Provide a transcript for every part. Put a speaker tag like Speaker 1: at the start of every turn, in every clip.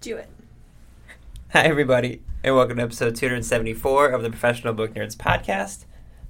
Speaker 1: Do it.
Speaker 2: Hi, everybody, and welcome to episode 274 of the Professional Book Nerds podcast,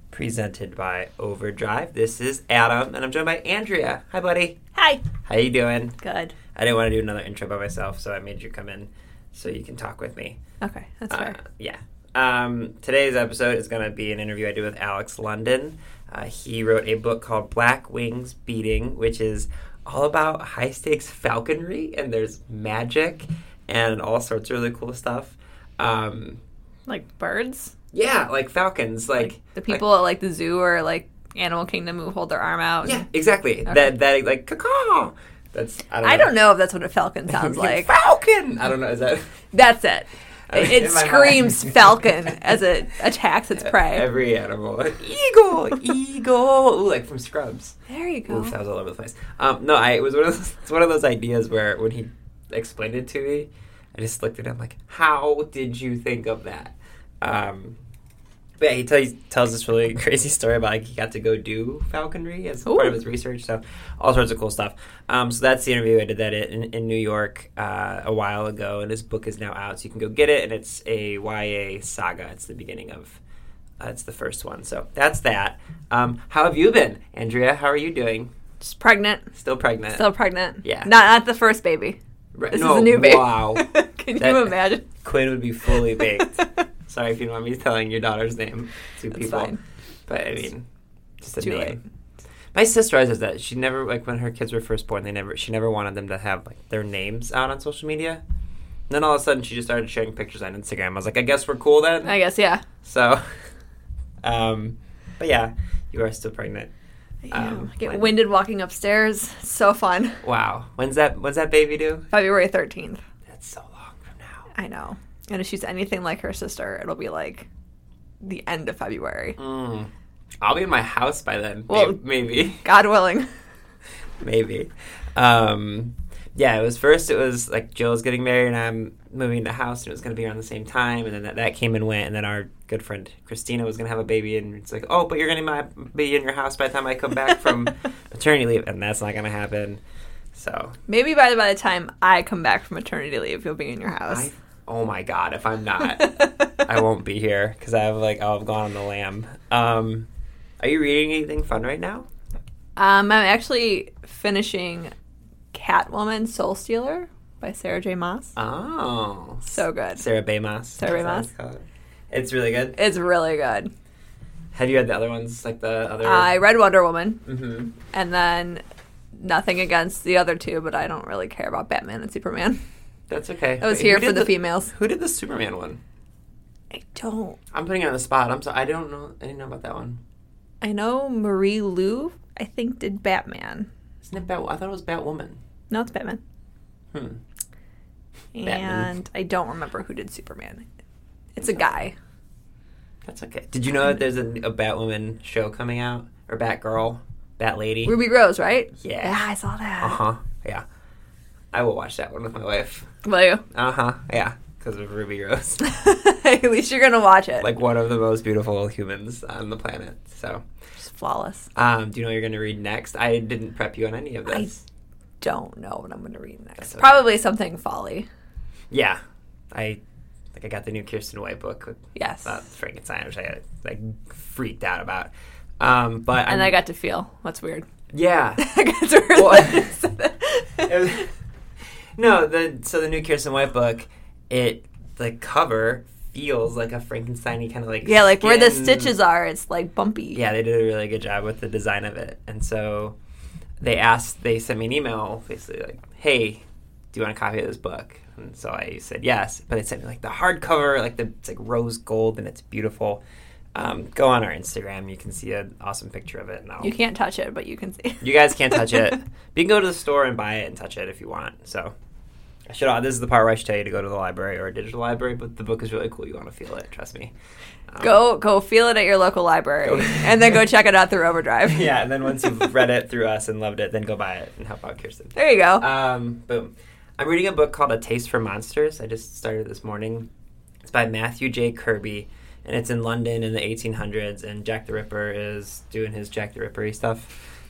Speaker 2: presented by Overdrive. This is Adam, and I'm joined by Andrea. Hi, buddy.
Speaker 1: Hi.
Speaker 2: How you doing?
Speaker 1: Good.
Speaker 2: I didn't want to do another intro by myself, so I made you come in so you can talk with me.
Speaker 1: Okay, that's
Speaker 2: Uh,
Speaker 1: fair.
Speaker 2: yeah. Um, today's episode is going to be an interview I did with Alex London. Uh, he wrote a book called Black Wings Beating, which is all about high stakes falconry, and there's magic and all sorts of really cool stuff. Um,
Speaker 1: Like birds.
Speaker 2: yeah, like falcons, like,
Speaker 1: The people at like the zoo or like Animal Kingdom who hold their arm out.
Speaker 2: yeah, exactly. That that like caw. That's I don't.
Speaker 1: I don't know if that's what a falcon sounds like.
Speaker 2: falcon. I don't know. Is that
Speaker 1: That's it. It,
Speaker 2: mean,
Speaker 1: it
Speaker 2: in my
Speaker 1: screams falcon as it attacks its prey.
Speaker 2: every animal? Eagle, eagle, Ooh, like from Scrubs.
Speaker 1: There you
Speaker 2: Oof, that
Speaker 1: go.
Speaker 2: was all over the place. Um, no, I it was one of those, it's one of those ideas where when he explained it to me, I just looked at him like, "How did you think of that?" Um, but yeah, he tells tells this really crazy story about like he got to go do falconry as part of his research, so all sorts of cool stuff. Um, so that's the interview I did that in, in New York uh, a while ago, and his book is now out, so you can go get it. And it's a YA saga. It's the beginning of. Uh, it's the first one, so that's that. Um, how have you been, Andrea? How are you doing?
Speaker 1: She's pregnant.
Speaker 2: Still pregnant?
Speaker 1: Still pregnant.
Speaker 2: Yeah.
Speaker 1: Not not the first baby.
Speaker 2: Right-
Speaker 1: This
Speaker 2: no,
Speaker 1: is a new baby.
Speaker 2: Wow,
Speaker 1: Can
Speaker 2: That-
Speaker 1: you imagine?
Speaker 2: Quinn would be fully baked. Sorry if you don't want me telling your daughter's name to people,
Speaker 1: fine.
Speaker 2: but I mean, just a
Speaker 1: too
Speaker 2: name.
Speaker 1: late.
Speaker 2: My sister always does that. She never like when her kids were first born. They never she never wanted them to have like their names out on social media. And then all of a sudden, she just started sharing pictures on Instagram. I was like, I guess we're cool then.
Speaker 1: I guess, yeah.
Speaker 2: so, um, but yeah, you are still pregnant. Um,
Speaker 1: I get
Speaker 2: when-
Speaker 1: winded walking upstairs. So fun.
Speaker 2: Wow, when's that? When's that baby due?
Speaker 1: February 13th.
Speaker 2: That's so long from now.
Speaker 1: I know. And if she's anything like her sister, it'll be like the end of February.
Speaker 2: I'll be in my house by then.
Speaker 1: Mm. Well-
Speaker 2: May- maybe,
Speaker 1: God willing.
Speaker 2: maybe. Um, yeah, it was first. It was like Jill's getting married, and I'm moving to the house, and it was going to be around the same time. And then that, that came and went. And then our good friend Christina was going to have a baby, and it's like, oh, but you're going to be in your house by the time I come back from maternity leave, and that's not going to happen. So
Speaker 1: Maybe by the, by the time I come back from maternity leave, you'll be in your house.
Speaker 2: I, oh my god, if I'm not, I won't be here because I've like I've gone on the lamb. Um, are you reading anything fun right now?
Speaker 1: Um, I'm actually finishing Catwoman Soul Stealer by Sarah J. Moss.
Speaker 2: Oh,
Speaker 1: So good.
Speaker 2: Sarah Bamas.
Speaker 1: Sarah
Speaker 2: Is that what
Speaker 1: Bamas.
Speaker 2: it's called? It's really good.
Speaker 1: It's really good.
Speaker 2: Have you read the other ones, like the other?
Speaker 1: I read Wonder Woman
Speaker 2: hmm
Speaker 1: and then nothing against the other two, but I don't really care about Batman and Superman.
Speaker 2: That's okay.
Speaker 1: I was
Speaker 2: Wait,
Speaker 1: here
Speaker 2: who did
Speaker 1: for the, females.
Speaker 2: Who did the Superman one?
Speaker 1: I don't.
Speaker 2: I'm putting it on the spot. I'm so I don't know. I didn't know about that one.
Speaker 1: I know Marie Lou, I think, did Batman.
Speaker 2: Isn't it Bat? I thought it was Batwoman.
Speaker 1: No, it's Batman.
Speaker 2: Hmm.
Speaker 1: And
Speaker 2: Batman.
Speaker 1: I don't remember who did Superman. It's a guy.
Speaker 2: That's okay. Did you know that there's a, a Batwoman show coming out or Batgirl, Bat Lady?
Speaker 1: Ruby Rose, right?
Speaker 2: Yeah.
Speaker 1: Yeah, I saw that.
Speaker 2: Uh huh. Yeah. I will watch that one with my wife.
Speaker 1: Will you?
Speaker 2: Uh huh. Yeah. Because of Ruby Rose.
Speaker 1: At least you're gonna watch it.
Speaker 2: like one of the most beautiful humans on the planet. So.
Speaker 1: it's flawless.
Speaker 2: Um, do you know what you're going to read next? I didn't prep you on any of this.
Speaker 1: Don't know what I'm gonna read next.
Speaker 2: okay.
Speaker 1: Probably something folly.
Speaker 2: Yeah, I like I got the new Kirsten White book with
Speaker 1: Yes.
Speaker 2: about Frankenstein, which I like freaked out about. Um, but
Speaker 1: and
Speaker 2: I'm-
Speaker 1: I got to feel. That's weird.
Speaker 2: yeah,
Speaker 1: I got to
Speaker 2: It was- no, the so the new Kirsten White book, it the cover feels like a Frankenstein kind of like
Speaker 1: yeah, like where the
Speaker 2: skin-
Speaker 1: stitches are, it's like bumpy.
Speaker 2: yeah, they did a really good job with the design of it. And so they asked, they sent me an email basically like, hey, do you want a copy of this book? And so I said yes. But they sent me like the hardcover, like the it's like rose gold and it's beautiful. Um, go on our Instagram, you can see an awesome picture of it. And I'll,
Speaker 1: You can't touch it, but you can see.
Speaker 2: you guys can't touch it. but you can go to the store and buy it and touch it if you want. So I should. This is the part where I should tell you to go to the library or a digital library, but the book is really cool. You want to feel it. Trust me. Um,
Speaker 1: Go go feel it at your local
Speaker 2: Go-
Speaker 1: library and then go check it out through Overdrive.
Speaker 2: Yeah, and then once you've read it through us and loved it, then go buy it and help out Kirsten.
Speaker 1: There you go.
Speaker 2: Um, boom. I'm reading a book called A Taste for Monsters. I just started this morning. It's by Matthew J. Kirby, and it's in London in the 1800s, and Jack the Ripper is doing his Jack the Rippery stuff.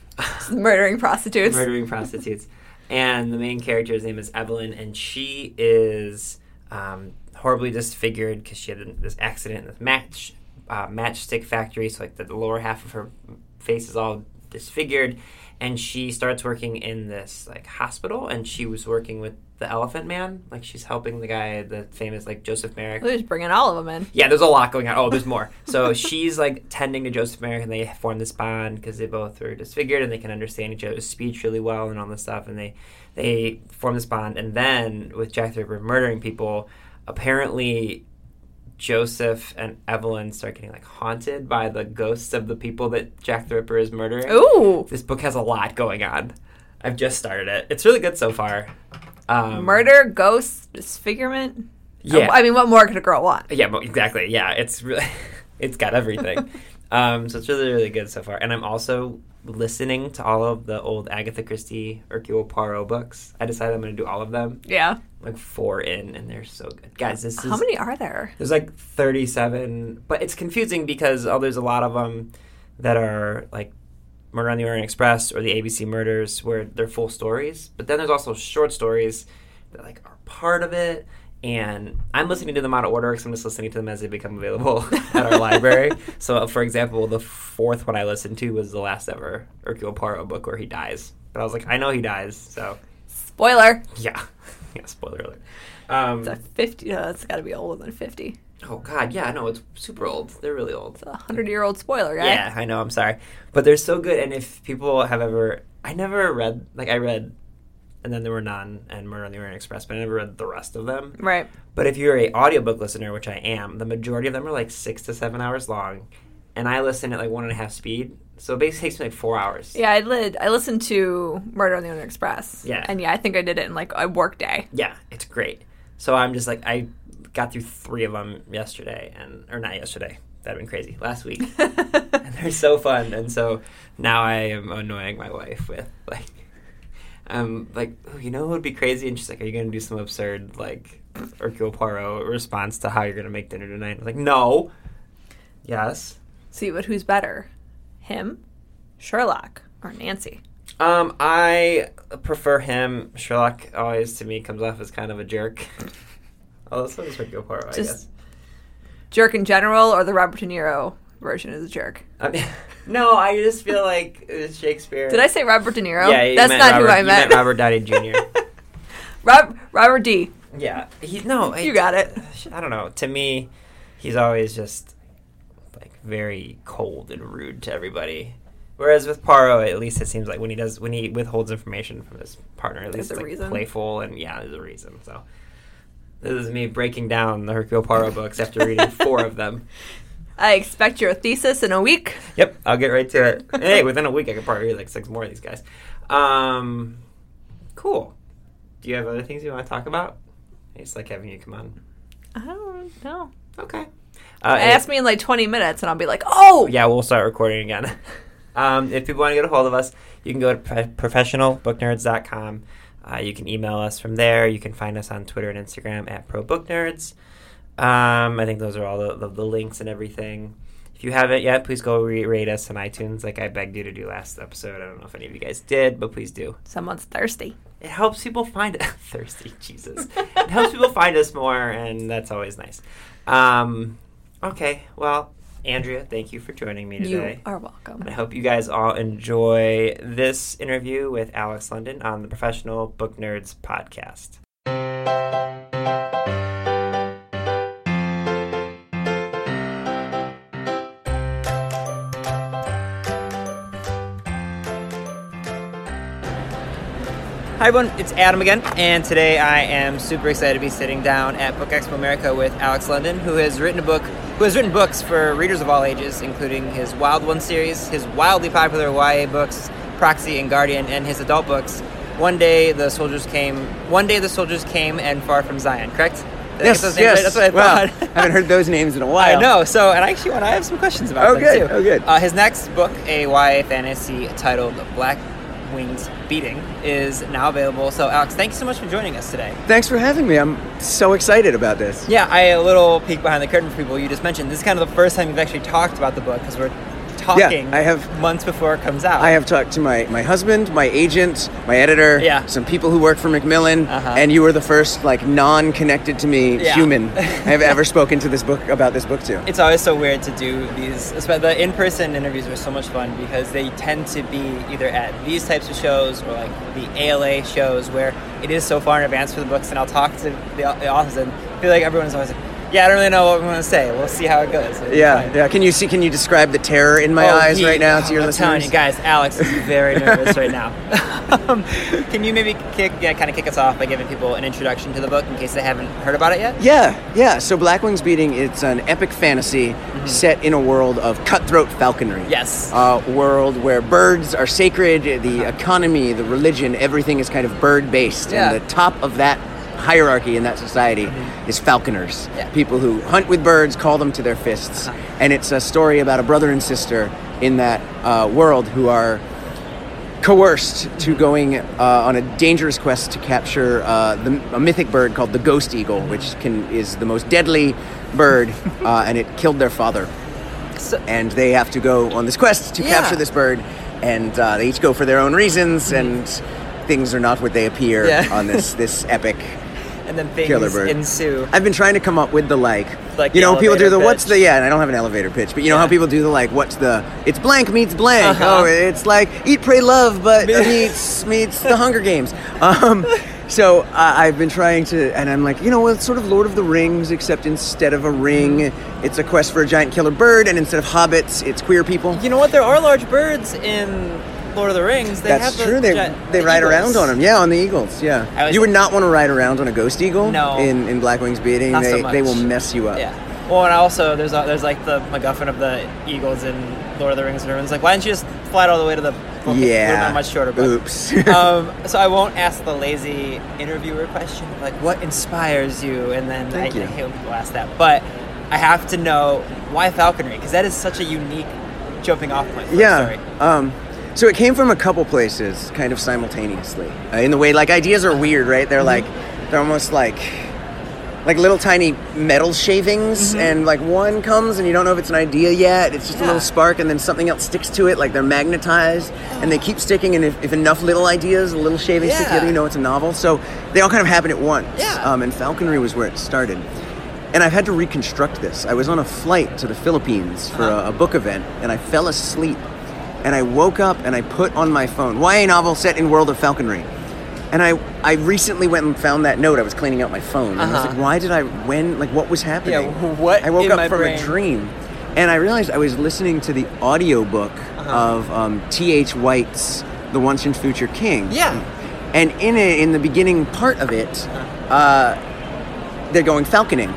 Speaker 1: Murdering prostitutes.
Speaker 2: murdering prostitutes. And the main character's name is Evelyn, and she is um, horribly disfigured because she had this accident in this match uh, matchstick factory. So like the, the lower half of her face is all disfigured, and she starts working in this like hospital. And she was working with the Elephant Man, like she's helping the guy, the famous like Joseph Merrick.
Speaker 1: We're just bringing all of them in.
Speaker 2: Yeah, there's a lot going on. Oh, there's more. So she's like tending to Joseph Merrick, and they form this bond because they both are disfigured and they can understand each other's speech really well and all this stuff. And they they form this bond. And then with Jack the Ripper murdering people, apparently Joseph and Evelyn start getting like haunted by the ghosts of the people that Jack the Ripper is murdering.
Speaker 1: Ooh,
Speaker 2: This book has a lot going on. I've just started it. It's really good so far. Um,
Speaker 1: murder, ghosts, disfigurement.
Speaker 2: Yeah.
Speaker 1: I mean, what more could a girl want?
Speaker 2: Yeah, mo- exactly. Yeah, it's really, it's got everything. um, so it's really, really good so far. And I'm also listening to all of the old Agatha Christie, Hercule Poirot books. I decided I'm going to do all of them,
Speaker 1: Yeah.
Speaker 2: like four in, and they're so good, guys. This is
Speaker 1: How many are there?
Speaker 2: there's like 37, but it's confusing because oh, there's a lot of them that are like Murder on the Orient Express or the ABC Murders, where they're full stories. But then there's also short stories that like are part of it. And I'm listening to them out of order because I'm just listening to them as they become available at our library. So, for example, the fourth one I listened to was the last ever Hercule Poirot book where he dies. But I was like, I know he dies, so
Speaker 1: Spoiler.
Speaker 2: yeah, yeah. Spoiler alert. Um,
Speaker 1: It's a 50. No, that's got to be older than 50.
Speaker 2: oh God, yeah, no, it's super old. They're really old.
Speaker 1: It's a 100 year old spoiler, guy.
Speaker 2: Yeah, I know. I'm sorry, but they're so good. And if people have ever, I never read like I read, and then there were none and Murder on the Orient Express, but I never read the rest of them.
Speaker 1: Right.
Speaker 2: But if you're a audiobook listener, which I am, the majority of them are like six to seven hours long, and I listen at like one and a half speed, so it basically takes me like four hours.
Speaker 1: Yeah, I lid. I listened to Murder on the Orient Express.
Speaker 2: Yeah.
Speaker 1: And yeah, I think I did it in like a work day.
Speaker 2: Yeah, it's great. So I'm just like I got through three of them yesterday, and or not yesterday. That'd been crazy. Last week. and they're so fun. And so now I am annoying my wife with like, um, like "Oh, you know what would be crazy? And she's like, "Are you gonna do some absurd like Hercule Poirot response to how you're gonna make dinner tonight?" I'm like, "No." Yes.
Speaker 1: See, but who's better? Him, Sherlock, or Nancy?
Speaker 2: Um, I prefer him. Sherlock always to me comes off as kind of a jerk. Although Oh, so does Hercule Poirot, I
Speaker 1: Just-
Speaker 2: guess.
Speaker 1: Jerk in general or the Robert De Niro version is a jerk?
Speaker 2: I mean, no, I just feel like it was Shakespeare.
Speaker 1: Did I say Robert De Niro?
Speaker 2: Yeah, you
Speaker 1: That's
Speaker 2: meant
Speaker 1: not
Speaker 2: Robert,
Speaker 1: who I
Speaker 2: you
Speaker 1: meant.
Speaker 2: Robert Downey Jr.
Speaker 1: Rob, Robert D.
Speaker 2: yeah, he no. I-
Speaker 1: You got it.
Speaker 2: I don't know. To me, he's always just like very cold and rude to everybody. Whereas with Paro, at least it seems like when he does when he withholds information from his partner, at
Speaker 1: There's
Speaker 2: least
Speaker 1: a
Speaker 2: it's like
Speaker 1: reason.
Speaker 2: playful and yeah, there's a reason. So this is me breaking down the Hercule Poirot books after reading four of them.
Speaker 1: I expect your thesis in a week.
Speaker 2: Yep, I'll get right to it. hey, within a week, I could probably read like six more of these guys. Um, cool. Do you have other things you want to talk about? It's like having you come on.
Speaker 1: I don't know.
Speaker 2: Okay. Uh, and-
Speaker 1: Ask me in like 20 minutes and I'll be like, oh!
Speaker 2: Yeah, we'll start recording again. um, if people want to get a hold of us, you can go to pro- professionalbooknerds.com. Uh, you can email us from there. You can find us on Twitter and Instagram at ProBookNerds. Um, I think those are all the, the, the links and everything. If you haven't yet, please go re- rate us on iTunes like I begged you to do last episode. I don't know if any of you guys did, but please do.
Speaker 1: Someone's thirsty.
Speaker 2: It helps people find thirsty Jesus. It helps people find us more, and that's always nice. Um, okay, well, Andrea, thank you for joining me today.
Speaker 1: You are welcome.
Speaker 2: And I hope you guys all enjoy this interview with Alex London on the Professional Book Nerds podcast. Hi everyone, it's Adam again, and today I am super excited to be sitting down at Book Expo America with Alex London, who has written a book, who has written books for readers of all ages, including his Wild One series, his wildly popular YA books, Proxy and Guardian, and his adult books. One day the soldiers came. One day the soldiers came and far from Zion. Correct? Did I get those names right? That's what I
Speaker 3: wow.
Speaker 2: thought.
Speaker 3: haven't heard those names in a
Speaker 2: I
Speaker 3: while.
Speaker 2: know. So, and I actually, want I have some questions about
Speaker 3: Oh,
Speaker 2: them,
Speaker 3: good.
Speaker 2: too.
Speaker 3: Oh, good.
Speaker 2: Uh, his next book, a YA fantasy titled "Black Wings Beating," is now available. So, Alex, thank you so much for joining us today.
Speaker 3: Thanks for having me. I'm so excited about this.
Speaker 2: Yeah, I a little peek behind the curtain for people. You just mentioned this is kind of the first time you've actually talked about the book because we're talking.
Speaker 3: I have-
Speaker 2: months before it comes out.
Speaker 3: I have talked to my, my husband, my agent, my editor,
Speaker 2: Yeah.
Speaker 3: some people who work for Macmillan,
Speaker 2: Uh-huh.
Speaker 3: and you were the first like non-connected to me
Speaker 2: Yeah.
Speaker 3: human I have ever spoken to this book about this book to.
Speaker 2: It's always so weird to do these. espe- The in-person interviews are so much fun because they tend to be either at these types of shows or like the ALA shows where it is so far in advance for the books, and I'll talk to the, au- the authors and I feel like everyone's always like, "Yeah, I don't really know what I'm going to say. We'll see how it goes." It's
Speaker 3: yeah,
Speaker 2: fine.
Speaker 3: yeah. Can you see? Can you describe the terror in my
Speaker 2: Oh,
Speaker 3: eyes
Speaker 2: he-
Speaker 3: right now to
Speaker 2: oh,
Speaker 3: your
Speaker 2: I'm telling
Speaker 3: listeners?
Speaker 2: you guys, Alex is very nervous right now. um, can you maybe kick, yeah, kind of kick us off by giving people an introduction to the book in case they haven't heard about it yet?
Speaker 3: Yeah, yeah. So Black Wings Beating, it's an epic fantasy set in a world of cutthroat falconry.
Speaker 2: Mm-hmm. Yes. Uh-huh.
Speaker 3: A world where birds are sacred, the economy, the religion, everything is kind of bird based.
Speaker 2: Yeah. Mm-hmm.
Speaker 3: And the top of that hierarchy in that society is falconers.
Speaker 2: Yeah. Uh-huh.
Speaker 3: People who hunt with birds, call them to their fists. And it's a story about a brother and sister in that uh, world who are coerced to going uh, on a dangerous quest to capture uh, the, a mythic bird called the ghost eagle, which can is the most deadly bird, uh, and it killed their father.
Speaker 2: So-
Speaker 3: and they have to go on this quest to
Speaker 2: Yeah. Mm-hmm.
Speaker 3: capture this bird, and uh, they each go for their own reasons, and things are not what they appear
Speaker 2: Yeah.
Speaker 3: on this this epic.
Speaker 2: and then things
Speaker 3: Killer bird.
Speaker 2: ensue.
Speaker 3: I've been trying to come up with the like,
Speaker 2: Like the
Speaker 3: you know, people do
Speaker 2: elevator
Speaker 3: the what's
Speaker 2: pitch.
Speaker 3: the yeah, and I don't have an elevator pitch, but you know how
Speaker 2: Yeah.
Speaker 3: people do the like, what's the it's blank meets blank.
Speaker 2: Uh-huh.
Speaker 3: Oh, it's like eat, pray, love, but meets meets the Hunger Games. Um, so uh, I've been trying to, and I'm like, you know, well, it's sort of Lord of the Rings, except instead of a ring,
Speaker 2: Mm-hmm.
Speaker 3: it's a quest for a giant killer bird, and instead of hobbits, it's queer people.
Speaker 2: You know what? There are large birds in Lord of the Rings. They
Speaker 3: That's
Speaker 2: have the
Speaker 3: true. They,
Speaker 2: giant-
Speaker 3: they
Speaker 2: the
Speaker 3: ride
Speaker 2: eagles.
Speaker 3: around on them. Yeah, on the eagles.
Speaker 2: I
Speaker 3: Yeah.
Speaker 2: was-
Speaker 3: You would not want to ride around on a ghost eagle.
Speaker 2: No.
Speaker 3: In in Black Wings Beating,
Speaker 2: Not so
Speaker 3: they they
Speaker 2: much.
Speaker 3: will mess you up.
Speaker 2: Yeah. Well, and also there's a, there's like the MacGuffin of the eagles in Lord of the Rings, and everyone's like, why didn't you just fly it all the way to the book? Would have
Speaker 3: Yeah.
Speaker 2: been much shorter. Book.
Speaker 3: Oops.
Speaker 2: um, so I won't ask the lazy interviewer question, like what inspires you, and then
Speaker 3: Thank
Speaker 2: I, I
Speaker 3: you.
Speaker 2: hate when people ask that. But I have to know why falconry, because that is such a unique jumping off point. For
Speaker 3: yeah.
Speaker 2: A story.
Speaker 3: Um, so it came from a couple places, kind of simultaneously. Uh, in the way, like ideas are weird, right?
Speaker 2: Mm-hmm.
Speaker 3: They're like they're almost like like little tiny metal shavings,
Speaker 2: Mm-hmm.
Speaker 3: and like one comes and you don't know if it's an idea yet. It's just a
Speaker 2: Yeah.
Speaker 3: little spark, and then something else sticks to it, like they're magnetized, and they keep sticking. And if, if enough little ideas, little shavings stick
Speaker 2: Yeah.
Speaker 3: together, you know it's a novel. So they all kind of happen at once.
Speaker 2: Yeah.
Speaker 3: Um, and falconry was where it started. And I've had to reconstruct this. I was on a flight to the Philippines for
Speaker 2: Uh-huh.
Speaker 3: a, a book event, and I fell asleep. And I woke up and I put on my phone YA novel set in world of falconry. And I, I recently went and found that note. I was cleaning out my phone. And I was
Speaker 2: Uh-huh.
Speaker 3: like, why did I, when, like, what was happening?
Speaker 2: wh- what
Speaker 3: I woke
Speaker 2: in
Speaker 3: up
Speaker 2: my
Speaker 3: from
Speaker 2: brain?
Speaker 3: a dream. And I realized I was listening to the audiobook of um, T.H. White's The Once and Future King.
Speaker 2: Yeah.
Speaker 3: And in it, in the beginning part of it, uh, they're going falconing,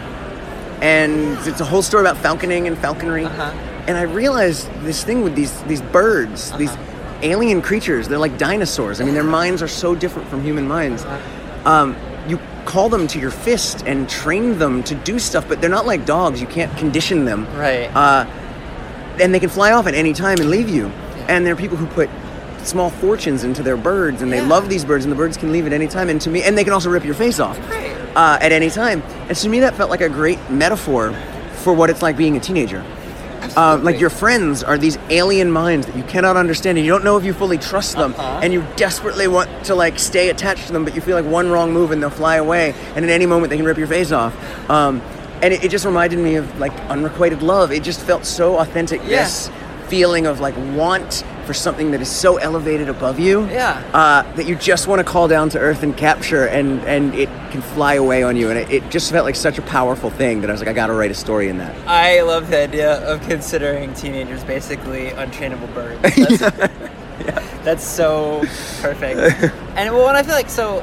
Speaker 3: and it's a whole story about falconing and falconry.
Speaker 2: Uh-huh.
Speaker 3: And I realized this thing with these these birds,
Speaker 2: Uh-huh.
Speaker 3: these alien creatures. They're like dinosaurs. I mean, their minds are so different from human minds.
Speaker 2: Uh-huh.
Speaker 3: Um, you call them to your fist and train them to do stuff, but they're not like dogs. You can't condition them.
Speaker 2: Right.
Speaker 3: Uh, and they can fly off at any time and leave you. And there are people who put small fortunes into their birds, and they
Speaker 2: Yeah.
Speaker 3: love these birds, and the birds can leave at any time. And to me, and they can also rip your face off
Speaker 2: Right.
Speaker 3: uh, at any time. And to me, that felt like a great metaphor for what it's like being a teenager. Uh, like your friends are these alien minds that you cannot understand, and you don't know if you fully trust them,
Speaker 2: Uh-huh.
Speaker 3: and you desperately want to like stay attached to them, but you feel like one wrong move and they'll fly away, and at any moment they can rip your face off. Um, and it, it just reminded me of like unrequited love. It just felt so authentic.
Speaker 2: Yeah.
Speaker 3: This feeling of like want for something that is so elevated above you
Speaker 2: Yeah.
Speaker 3: uh, that you just want to call down to earth and capture and and it can fly away on you and it, it just felt like such a powerful thing that i was like i gotta write a story in that
Speaker 2: I love the idea of considering teenagers basically untrainable birds. That's, that's so perfect. And well, and I feel like so.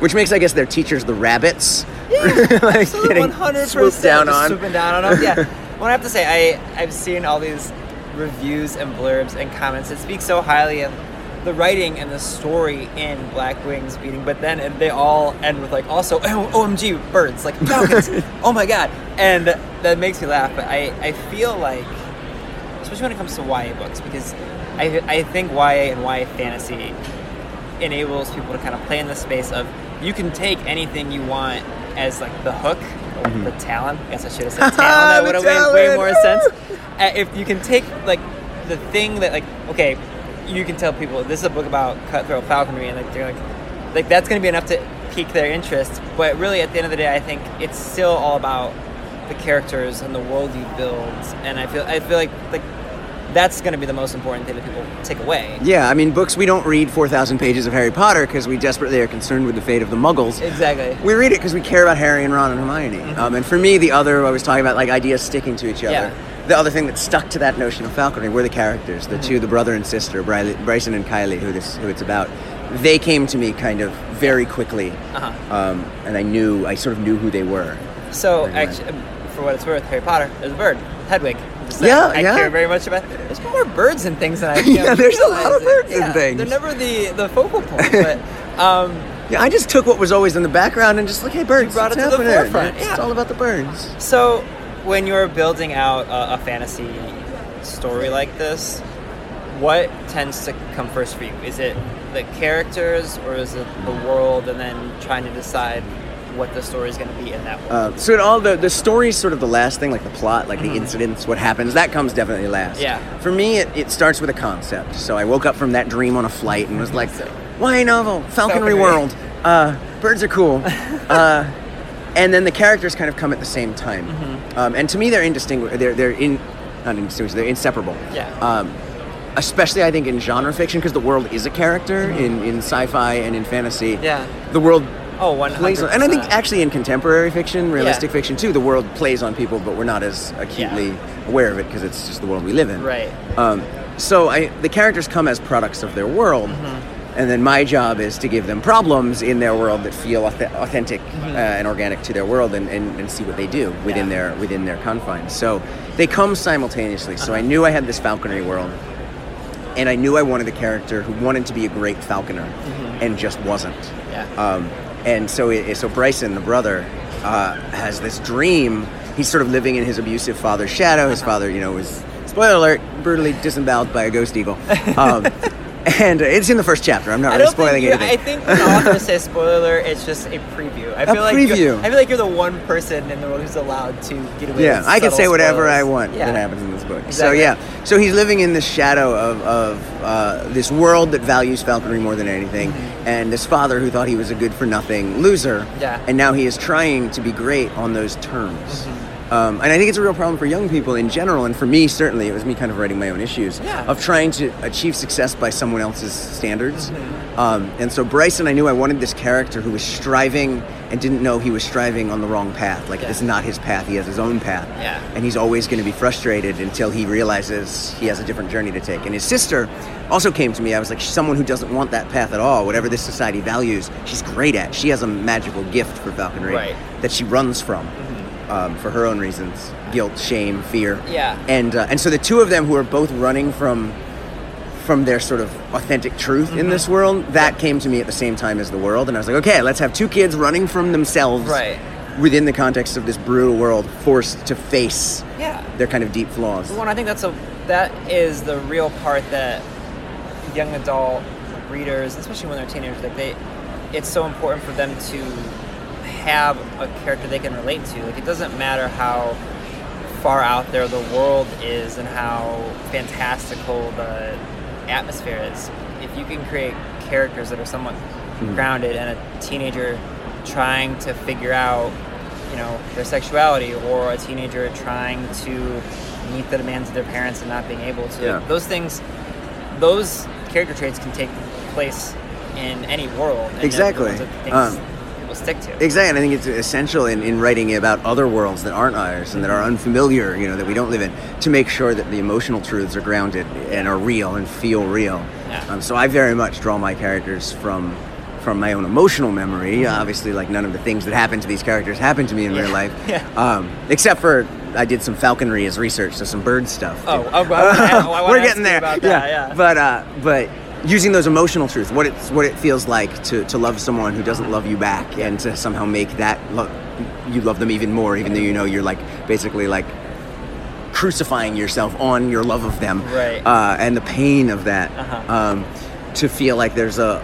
Speaker 3: which makes i guess their teachers the rabbits
Speaker 2: Yeah, absolutely,
Speaker 3: getting
Speaker 2: one hundred
Speaker 3: swooped
Speaker 2: percent.
Speaker 3: down on.
Speaker 2: swooping down on them. Yeah. well, I have to say, I I've seen all these reviews and blurbs and comments that speak so highly of the writing and the story in Black Wings beating, but then and they all end with like also oh, OMG birds like falcons, oh my god, and that makes me laugh. But I I feel like especially when it comes to YA books because I I think YA and YA fantasy enables people to kind of play in the space of you can take anything you want as like the hook or the talent. I guess I should have said talent. that
Speaker 3: Mm-hmm. The
Speaker 2: would have made way
Speaker 3: talent!
Speaker 2: more sense. Uh, if you can take like the thing that like okay, you can tell people this is a book about cutthroat falconry and like they're like like that's gonna be enough to pique their interest. But really at the end of the day I think it's still all about the characters and the world you build and I feel I feel like like that's gonna be the most important thing that people take away.
Speaker 3: Yeah, I mean, books we don't read 4,000 pages of Harry Potter because we desperately are concerned with the fate of the muggles.
Speaker 2: Exactly.
Speaker 3: We read it because we care about Harry and Ron and Hermione.
Speaker 2: Mm-hmm.
Speaker 3: Um, and for me, the other, I was talking about like ideas sticking to each other.
Speaker 2: Yeah. Mm-hmm.
Speaker 3: The other thing that stuck to that notion of falconry were the characters, the two, the brother and sister, Briley, Bryson and Kylie, who this, who it's about. They came to me kind of very quickly,
Speaker 2: Uh-huh.
Speaker 3: um, and I knew, I sort of knew who they were.
Speaker 2: So,
Speaker 3: Very
Speaker 2: actually, um, for what it's worth, Harry Potter is a bird. Hedwig. Just
Speaker 3: Yeah,
Speaker 2: that I
Speaker 3: yeah.
Speaker 2: care very much about. There's more birds and things than I.
Speaker 3: Yeah,
Speaker 2: can
Speaker 3: there's a lot
Speaker 2: realize.
Speaker 3: of birds and
Speaker 2: Yeah, They're
Speaker 3: things.
Speaker 2: never the the focal point, but um,
Speaker 3: Yeah, I just took what was always in the background and just like, hey, birds,
Speaker 2: brought
Speaker 3: what's
Speaker 2: it to the
Speaker 3: happening?
Speaker 2: forefront,
Speaker 3: It's
Speaker 2: yeah.
Speaker 3: all about the birds.
Speaker 2: So, when you're building out a, a fantasy story like this, what tends to come first for you? Is it the characters, or is it the world, and then trying to decide what the story is going to be in that world?
Speaker 3: Uh, so it all the the story's sort of the last thing, like the plot, like the incidents, what happens. That comes definitely last.
Speaker 2: Mm-hmm. Yeah.
Speaker 3: For me, it, it starts with a concept. So I woke up from that dream on a flight and was like, "Why novel? Falconry,
Speaker 2: Falconry.
Speaker 3: World. Uh, birds are cool." uh, and then the characters kind of come at the same time.
Speaker 2: Mm-hmm.
Speaker 3: Um, and to me, they're indistinguishable. They're they're in not indistinguishable. They're inseparable.
Speaker 2: Yeah.
Speaker 3: Um, especially I think in genre fiction because the world is a character in, in sci-fi and in fantasy.
Speaker 2: Mm-hmm. Yeah.
Speaker 3: The world
Speaker 2: oh, one
Speaker 3: plays
Speaker 2: hundred.
Speaker 3: on, and I think actually in contemporary fiction, realistic
Speaker 2: Yeah.
Speaker 3: fiction too, the world plays on people, but we're not as acutely aware of it because it's just the world we live in.
Speaker 2: Right.
Speaker 3: Um, so I, the characters come as products of their world,
Speaker 2: Mm-hmm.
Speaker 3: and then my job is to give them problems in their world that feel auth- authentic uh, and organic to their world, and, and, and see what they do within
Speaker 2: Mm-hmm. Yeah.
Speaker 3: their within their confines. So they come simultaneously. So
Speaker 2: Uh-huh.
Speaker 3: I knew I had this falconry world. And I knew I wanted a character who wanted to be a great falconer and just wasn't.
Speaker 2: Mm-hmm. Yeah.
Speaker 3: Um, and so, it, so Bryson, the brother, uh, has this dream. He's sort of living in his abusive father's shadow. His
Speaker 2: Uh-huh.
Speaker 3: father, you know, was spoiler alert, brutally disemboweled by a ghost eagle. Um, and uh, it's in the first chapter. I'm not
Speaker 2: I
Speaker 3: really
Speaker 2: don't
Speaker 3: spoiling
Speaker 2: think you, I
Speaker 3: anything.
Speaker 2: think when authors say spoiler, it's just a preview. I
Speaker 3: A
Speaker 2: feel like you're-
Speaker 3: preview.
Speaker 2: I feel like you're the one person in the world who's allowed to get away.
Speaker 3: yeah,
Speaker 2: with
Speaker 3: I can
Speaker 2: subtle
Speaker 3: say whatever
Speaker 2: spoilers.
Speaker 3: I want
Speaker 2: Yeah.
Speaker 3: that happens in this book. So
Speaker 2: Exactly.
Speaker 3: yeah, so he's living in the shadow of, of uh, this world that values falconry more than anything, and this father who thought he was a good for nothing loser.
Speaker 2: Mm-hmm. Yeah.
Speaker 3: and now he is trying to be great on those terms.
Speaker 2: Mm-hmm.
Speaker 3: Um, and I think it's a real problem for young people in general, and for me certainly, it was me kind of writing my own issues
Speaker 2: Yeah.
Speaker 3: of trying to achieve success by someone else's standards.
Speaker 2: Mm-hmm.
Speaker 3: Um, and so Bryson, I knew I wanted this character who was striving and didn't know he was striving on the wrong path. Like
Speaker 2: Yeah.
Speaker 3: this is not his path; he has his own path.
Speaker 2: Yeah.
Speaker 3: And he's always going to be frustrated until he realizes he has a different journey to take. And his sister also came to me. I was like, someone who doesn't want that path at all. Whatever this society values, she's great at. She has a magical gift for falconry
Speaker 2: Right. Mm-hmm.
Speaker 3: that she runs from. Um, for her own reasons, guilt, shame, fear,
Speaker 2: Yeah.
Speaker 3: and uh, and so the two of them who are both running from from their sort of authentic truth in
Speaker 2: Mm-hmm.
Speaker 3: this world, that came to me at the same time as the world, and I was like, okay, let's have two kids running from themselves,
Speaker 2: Right.
Speaker 3: within the context of this brutal world, forced to face
Speaker 2: Yeah.
Speaker 3: their kind of deep flaws.
Speaker 2: Well, and I think that's a that is the real part that young adult readers, especially when they're teenagers, like they, it's so important for them to have a character they can relate to. Like it doesn't matter how far out there the world is and how fantastical the atmosphere is. If you can create characters that are somewhat
Speaker 3: Hmm.
Speaker 2: grounded and a teenager trying to figure out, you know, their sexuality or a teenager trying to meet the demands of their parents and not being able to,
Speaker 3: Yeah.
Speaker 2: those things those character traits can take place in any world. And they're the
Speaker 3: Exactly.
Speaker 2: ones that things
Speaker 3: Um,
Speaker 2: people stick to.
Speaker 3: Exactly, and I think it's essential in, in writing about other worlds that aren't ours and that are unfamiliar, you know, that we don't live in, to make sure that the emotional truths are grounded and are real and feel real.
Speaker 2: Yeah.
Speaker 3: Um, so I very much draw my characters from from my own emotional memory. Obviously, like none of the things that happened to these characters happened to me in real life,
Speaker 2: Mm-hmm. Yeah.
Speaker 3: Um, except for I did some falconry as research, so some bird stuff.
Speaker 2: oh, oh, well, I- I wanna
Speaker 3: We're
Speaker 2: ask
Speaker 3: getting
Speaker 2: you
Speaker 3: there.
Speaker 2: About that, yeah.
Speaker 3: But uh, but using those emotional truths, what it's what it feels like to, to love someone who doesn't love you back, and to somehow make that lo- you love them even more, even though you know you're like basically like crucifying yourself on your love of them,
Speaker 2: Right.
Speaker 3: Uh, and the pain of that,
Speaker 2: Uh-huh.
Speaker 3: um, to feel like there's a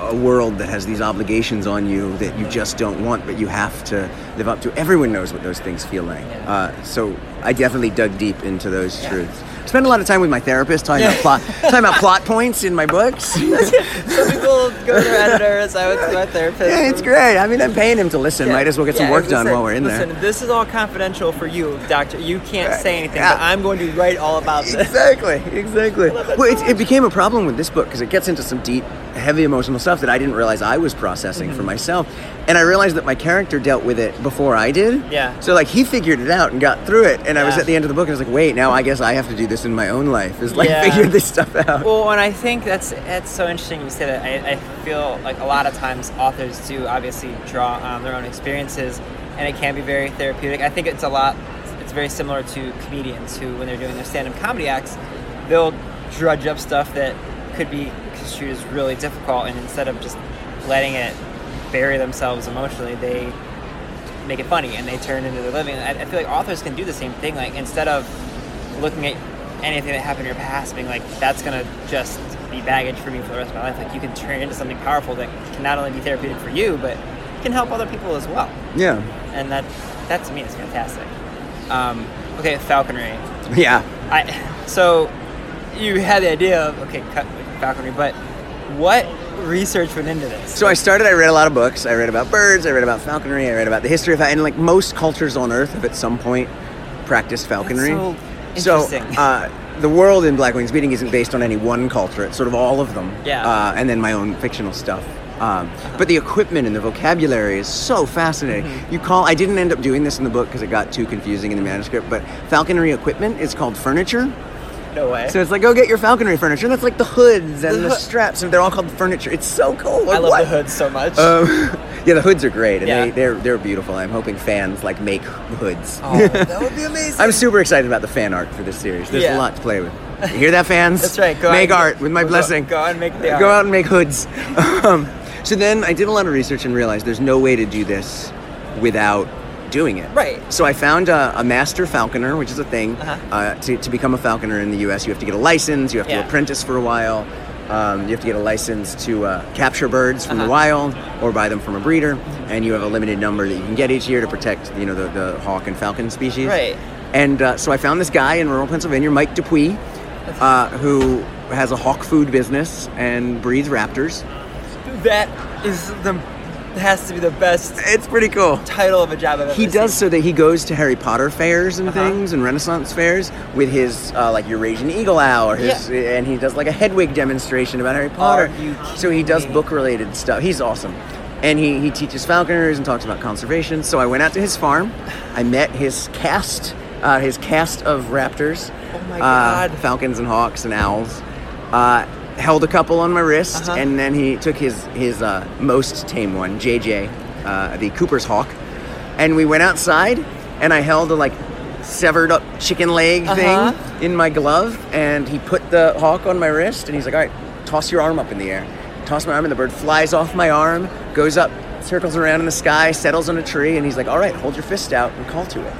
Speaker 3: a world that has these obligations on you that you just don't want, but you have to live up to. Everyone knows what those things feel like.
Speaker 2: Yeah.
Speaker 3: Uh, so I definitely dug deep into those truths. Spend a lot of time with my therapist talking about plot, talking about plot points in my books.
Speaker 2: Some people go to their editors. I went to my therapist.
Speaker 3: Yeah, it's great. I mean, I'm paying him to listen.
Speaker 2: Yeah.
Speaker 3: Might as well get some
Speaker 2: Yeah,
Speaker 3: work
Speaker 2: listen,
Speaker 3: done while we're in
Speaker 2: listen,
Speaker 3: there.
Speaker 2: this is all confidential for you, doctor. You can't say anything,
Speaker 3: Yeah.
Speaker 2: but I'm going to write all about this.
Speaker 3: Exactly, exactly. Well, it, it became a problem with this book because it gets into some deep, heavy emotional stuff that I didn't realize I was processing
Speaker 2: Mm-hmm.
Speaker 3: for myself. And I realized that my character dealt with it before I did.
Speaker 2: Yeah.
Speaker 3: So, like, he figured it out and got through it. And I was
Speaker 2: Yeah.
Speaker 3: at the end of the book and I was like, wait, now I guess I have to do this in my own life, is like
Speaker 2: Yeah.
Speaker 3: figure this stuff out.
Speaker 2: Well, and I think that's that's so interesting you say that. I, I feel like a lot of times authors do obviously draw on their own experiences, and it can be very therapeutic. I think it's a lot. It's very similar to comedians who, when they're doing their stand-up comedy acts, they'll drudge up stuff that could be construed as really difficult, and instead of just letting it bury themselves emotionally, they make it funny and they turn into their living. I, I feel like authors can do the same thing. Like instead of looking at anything that happened in your past, and being like, that's gonna just be baggage for me for the rest of my life. Like you can turn it into something powerful that can not only be therapeutic for you, but can help other people as well.
Speaker 3: yeah.
Speaker 2: And that that to me is fantastic. Um, okay, falconry.
Speaker 3: Yeah.
Speaker 2: I so you had the idea of okay, cut falconry, but what research went into this?
Speaker 3: So I started. I read a lot of books. I read about birds. I read about falconry. I read about the history of that. And like most cultures on Earth have at some point practiced falconry.
Speaker 2: so
Speaker 3: So,
Speaker 2: interesting.
Speaker 3: uh, the world in Black Wings Beating isn't based on any one culture. It's sort of all of them.
Speaker 2: Yeah. Uh-huh.
Speaker 3: Uh, and then my own fictional stuff. Um, but the equipment and the vocabulary is so fascinating.
Speaker 2: Mm-hmm.
Speaker 3: You call. I didn't end up doing this in the book because it got too confusing in the manuscript. But falconry equipment is called furniture.
Speaker 2: no way.
Speaker 3: So it's like, go get your falconry furniture. That's like the hoods and
Speaker 2: Eh? The
Speaker 3: the
Speaker 2: hoo-
Speaker 3: straps, and they're all called furniture. It's so cool.
Speaker 2: I
Speaker 3: Like,
Speaker 2: love
Speaker 3: what?
Speaker 2: the hood so much.
Speaker 3: Um, yeah, the hoods are great, and
Speaker 2: Yeah.
Speaker 3: they, they're they're beautiful. I'm hoping fans like make hoods.
Speaker 2: Oh, that would be amazing.
Speaker 3: I'm super excited about the fan art for this series. There's
Speaker 2: Yeah.
Speaker 3: a lot to play with. You hear that, fans?
Speaker 2: That's right. Go
Speaker 3: make
Speaker 2: out-
Speaker 3: art with my
Speaker 2: go-
Speaker 3: blessing.
Speaker 2: go out and make the
Speaker 3: Go
Speaker 2: art.
Speaker 3: out and make hoods. um, so then I did a lot of research and realized there's no way to do this without doing it.
Speaker 2: Right.
Speaker 3: So I found a, a master falconer, which is a thing.
Speaker 2: Uh-huh.
Speaker 3: Uh, to, to become a falconer in the U.S., you have to get a license. You have to
Speaker 2: Yeah.
Speaker 3: apprentice for a while. Um, you have to get a license to uh, capture birds
Speaker 2: Uh-huh.
Speaker 3: from the wild or buy them from a breeder, and you have a limited number that you can get each year to protect, you know, the, the hawk and falcon species.
Speaker 2: Right.
Speaker 3: And uh, so I found this guy in rural Pennsylvania, Mike Dupuy, uh, who has a hawk food business and breeds raptors.
Speaker 2: That is the has to be the best
Speaker 3: It's pretty cool.
Speaker 2: title of a job I've ever
Speaker 3: He does
Speaker 2: seen.
Speaker 3: so that he goes to Harry Potter fairs and
Speaker 2: Uh-huh.
Speaker 3: things and Renaissance fairs with his uh, like Eurasian eagle owl or his, and he does like a Hedwig demonstration about Harry Potter.
Speaker 2: you
Speaker 3: so he does
Speaker 2: kidding me?
Speaker 3: book related stuff. He's awesome. And he, he teaches falconers and talks about conservation. So I went out to his farm. I met his cast, uh, his cast of raptors.
Speaker 2: Oh my
Speaker 3: uh,
Speaker 2: God.
Speaker 3: falcons and hawks and owls. Uh, held a couple on my wrist,
Speaker 2: Uh-huh.
Speaker 3: and then he took his his uh, most tame one, JJ, uh, the Cooper's hawk, and we went outside, and I held a like severed up chicken leg
Speaker 2: Uh-huh.
Speaker 3: thing in my glove, and he put the hawk on my wrist, and he's like, "All right, toss your arm up in the air." Toss my arm, and the bird flies off my arm, goes up, circles around in the sky, settles on a tree, and he's like, "All right, hold your fist out and call to it."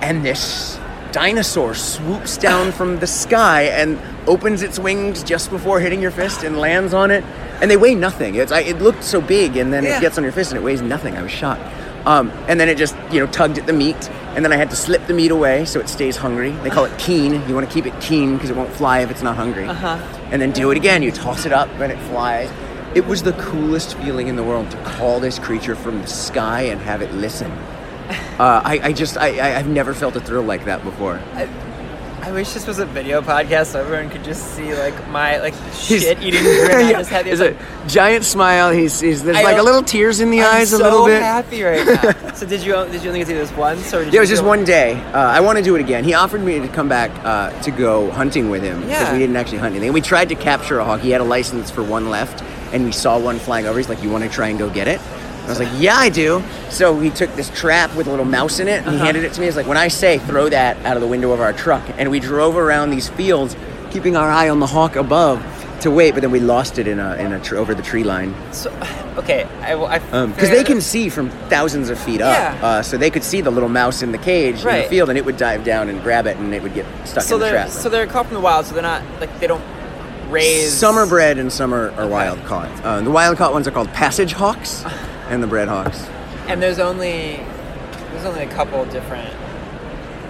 Speaker 3: and this dinosaur swoops down from the sky and opens its wings just before hitting your fist and lands on it. And they weigh nothing. It's, I, it looked so big, and then
Speaker 2: Yeah.
Speaker 3: it gets on your fist and it weighs nothing. I was shocked. Um, and then it just, you know, tugged at the meat, and then I had to slip the meat away so it stays hungry. They call it keen. You want to keep it keen because it won't fly if it's not hungry. Uh-huh. And then do it again. You toss it up, and it flies. It was the coolest feeling in the world to call this creature from the sky and have it listen. Uh, I, I just, I, I, I've never felt a thrill like that before.
Speaker 2: I wish this was a video podcast so everyone could just see like my like
Speaker 3: He's-
Speaker 2: shit eating grin I just had.
Speaker 3: There's
Speaker 2: It's
Speaker 3: a
Speaker 2: like,
Speaker 3: giant smile. He's, he's there's
Speaker 2: I
Speaker 3: like a
Speaker 2: don't-
Speaker 3: little tears in the
Speaker 2: I'm
Speaker 3: eyes
Speaker 2: so
Speaker 3: a little bit.
Speaker 2: happy right now. so did you did you only get to do this once or did
Speaker 3: Yeah,
Speaker 2: you
Speaker 3: it was just
Speaker 2: do-
Speaker 3: one day. Uh, I want to do it again. He offered me to come back uh, to go hunting with him because
Speaker 2: Yeah.
Speaker 3: we didn't actually hunt anything. We tried to capture a hawk. He had a license for one left, and we saw one flying over. He's like, "You want to try and go get it?" I was like,
Speaker 2: Uh-huh.
Speaker 3: "Yeah, I do." So he took this trap with a little mouse in it and
Speaker 2: Uh-huh.
Speaker 3: he handed it to me. He's like, "When I say throw that out of the window of our truck," and we drove around these fields, keeping our eye on the hawk above to wait, but then we lost it in a in a tr- over the tree line
Speaker 2: So, okay, I will. Because
Speaker 3: because Um, they can see from thousands of feet up,
Speaker 2: Yeah.
Speaker 3: uh, so they could see the little mouse in the cage in
Speaker 2: Right.
Speaker 3: the field, and it would dive down and grab it, and it would get stuck
Speaker 2: So
Speaker 3: in the
Speaker 2: they're
Speaker 3: trap.
Speaker 2: so they're caught from the wild. So they're not like they don't raise
Speaker 3: Summer bred and summer are wild caught. Uh, the wild caught ones are called passage hawks, and the bred hawks.
Speaker 2: And there's only there's only a couple different.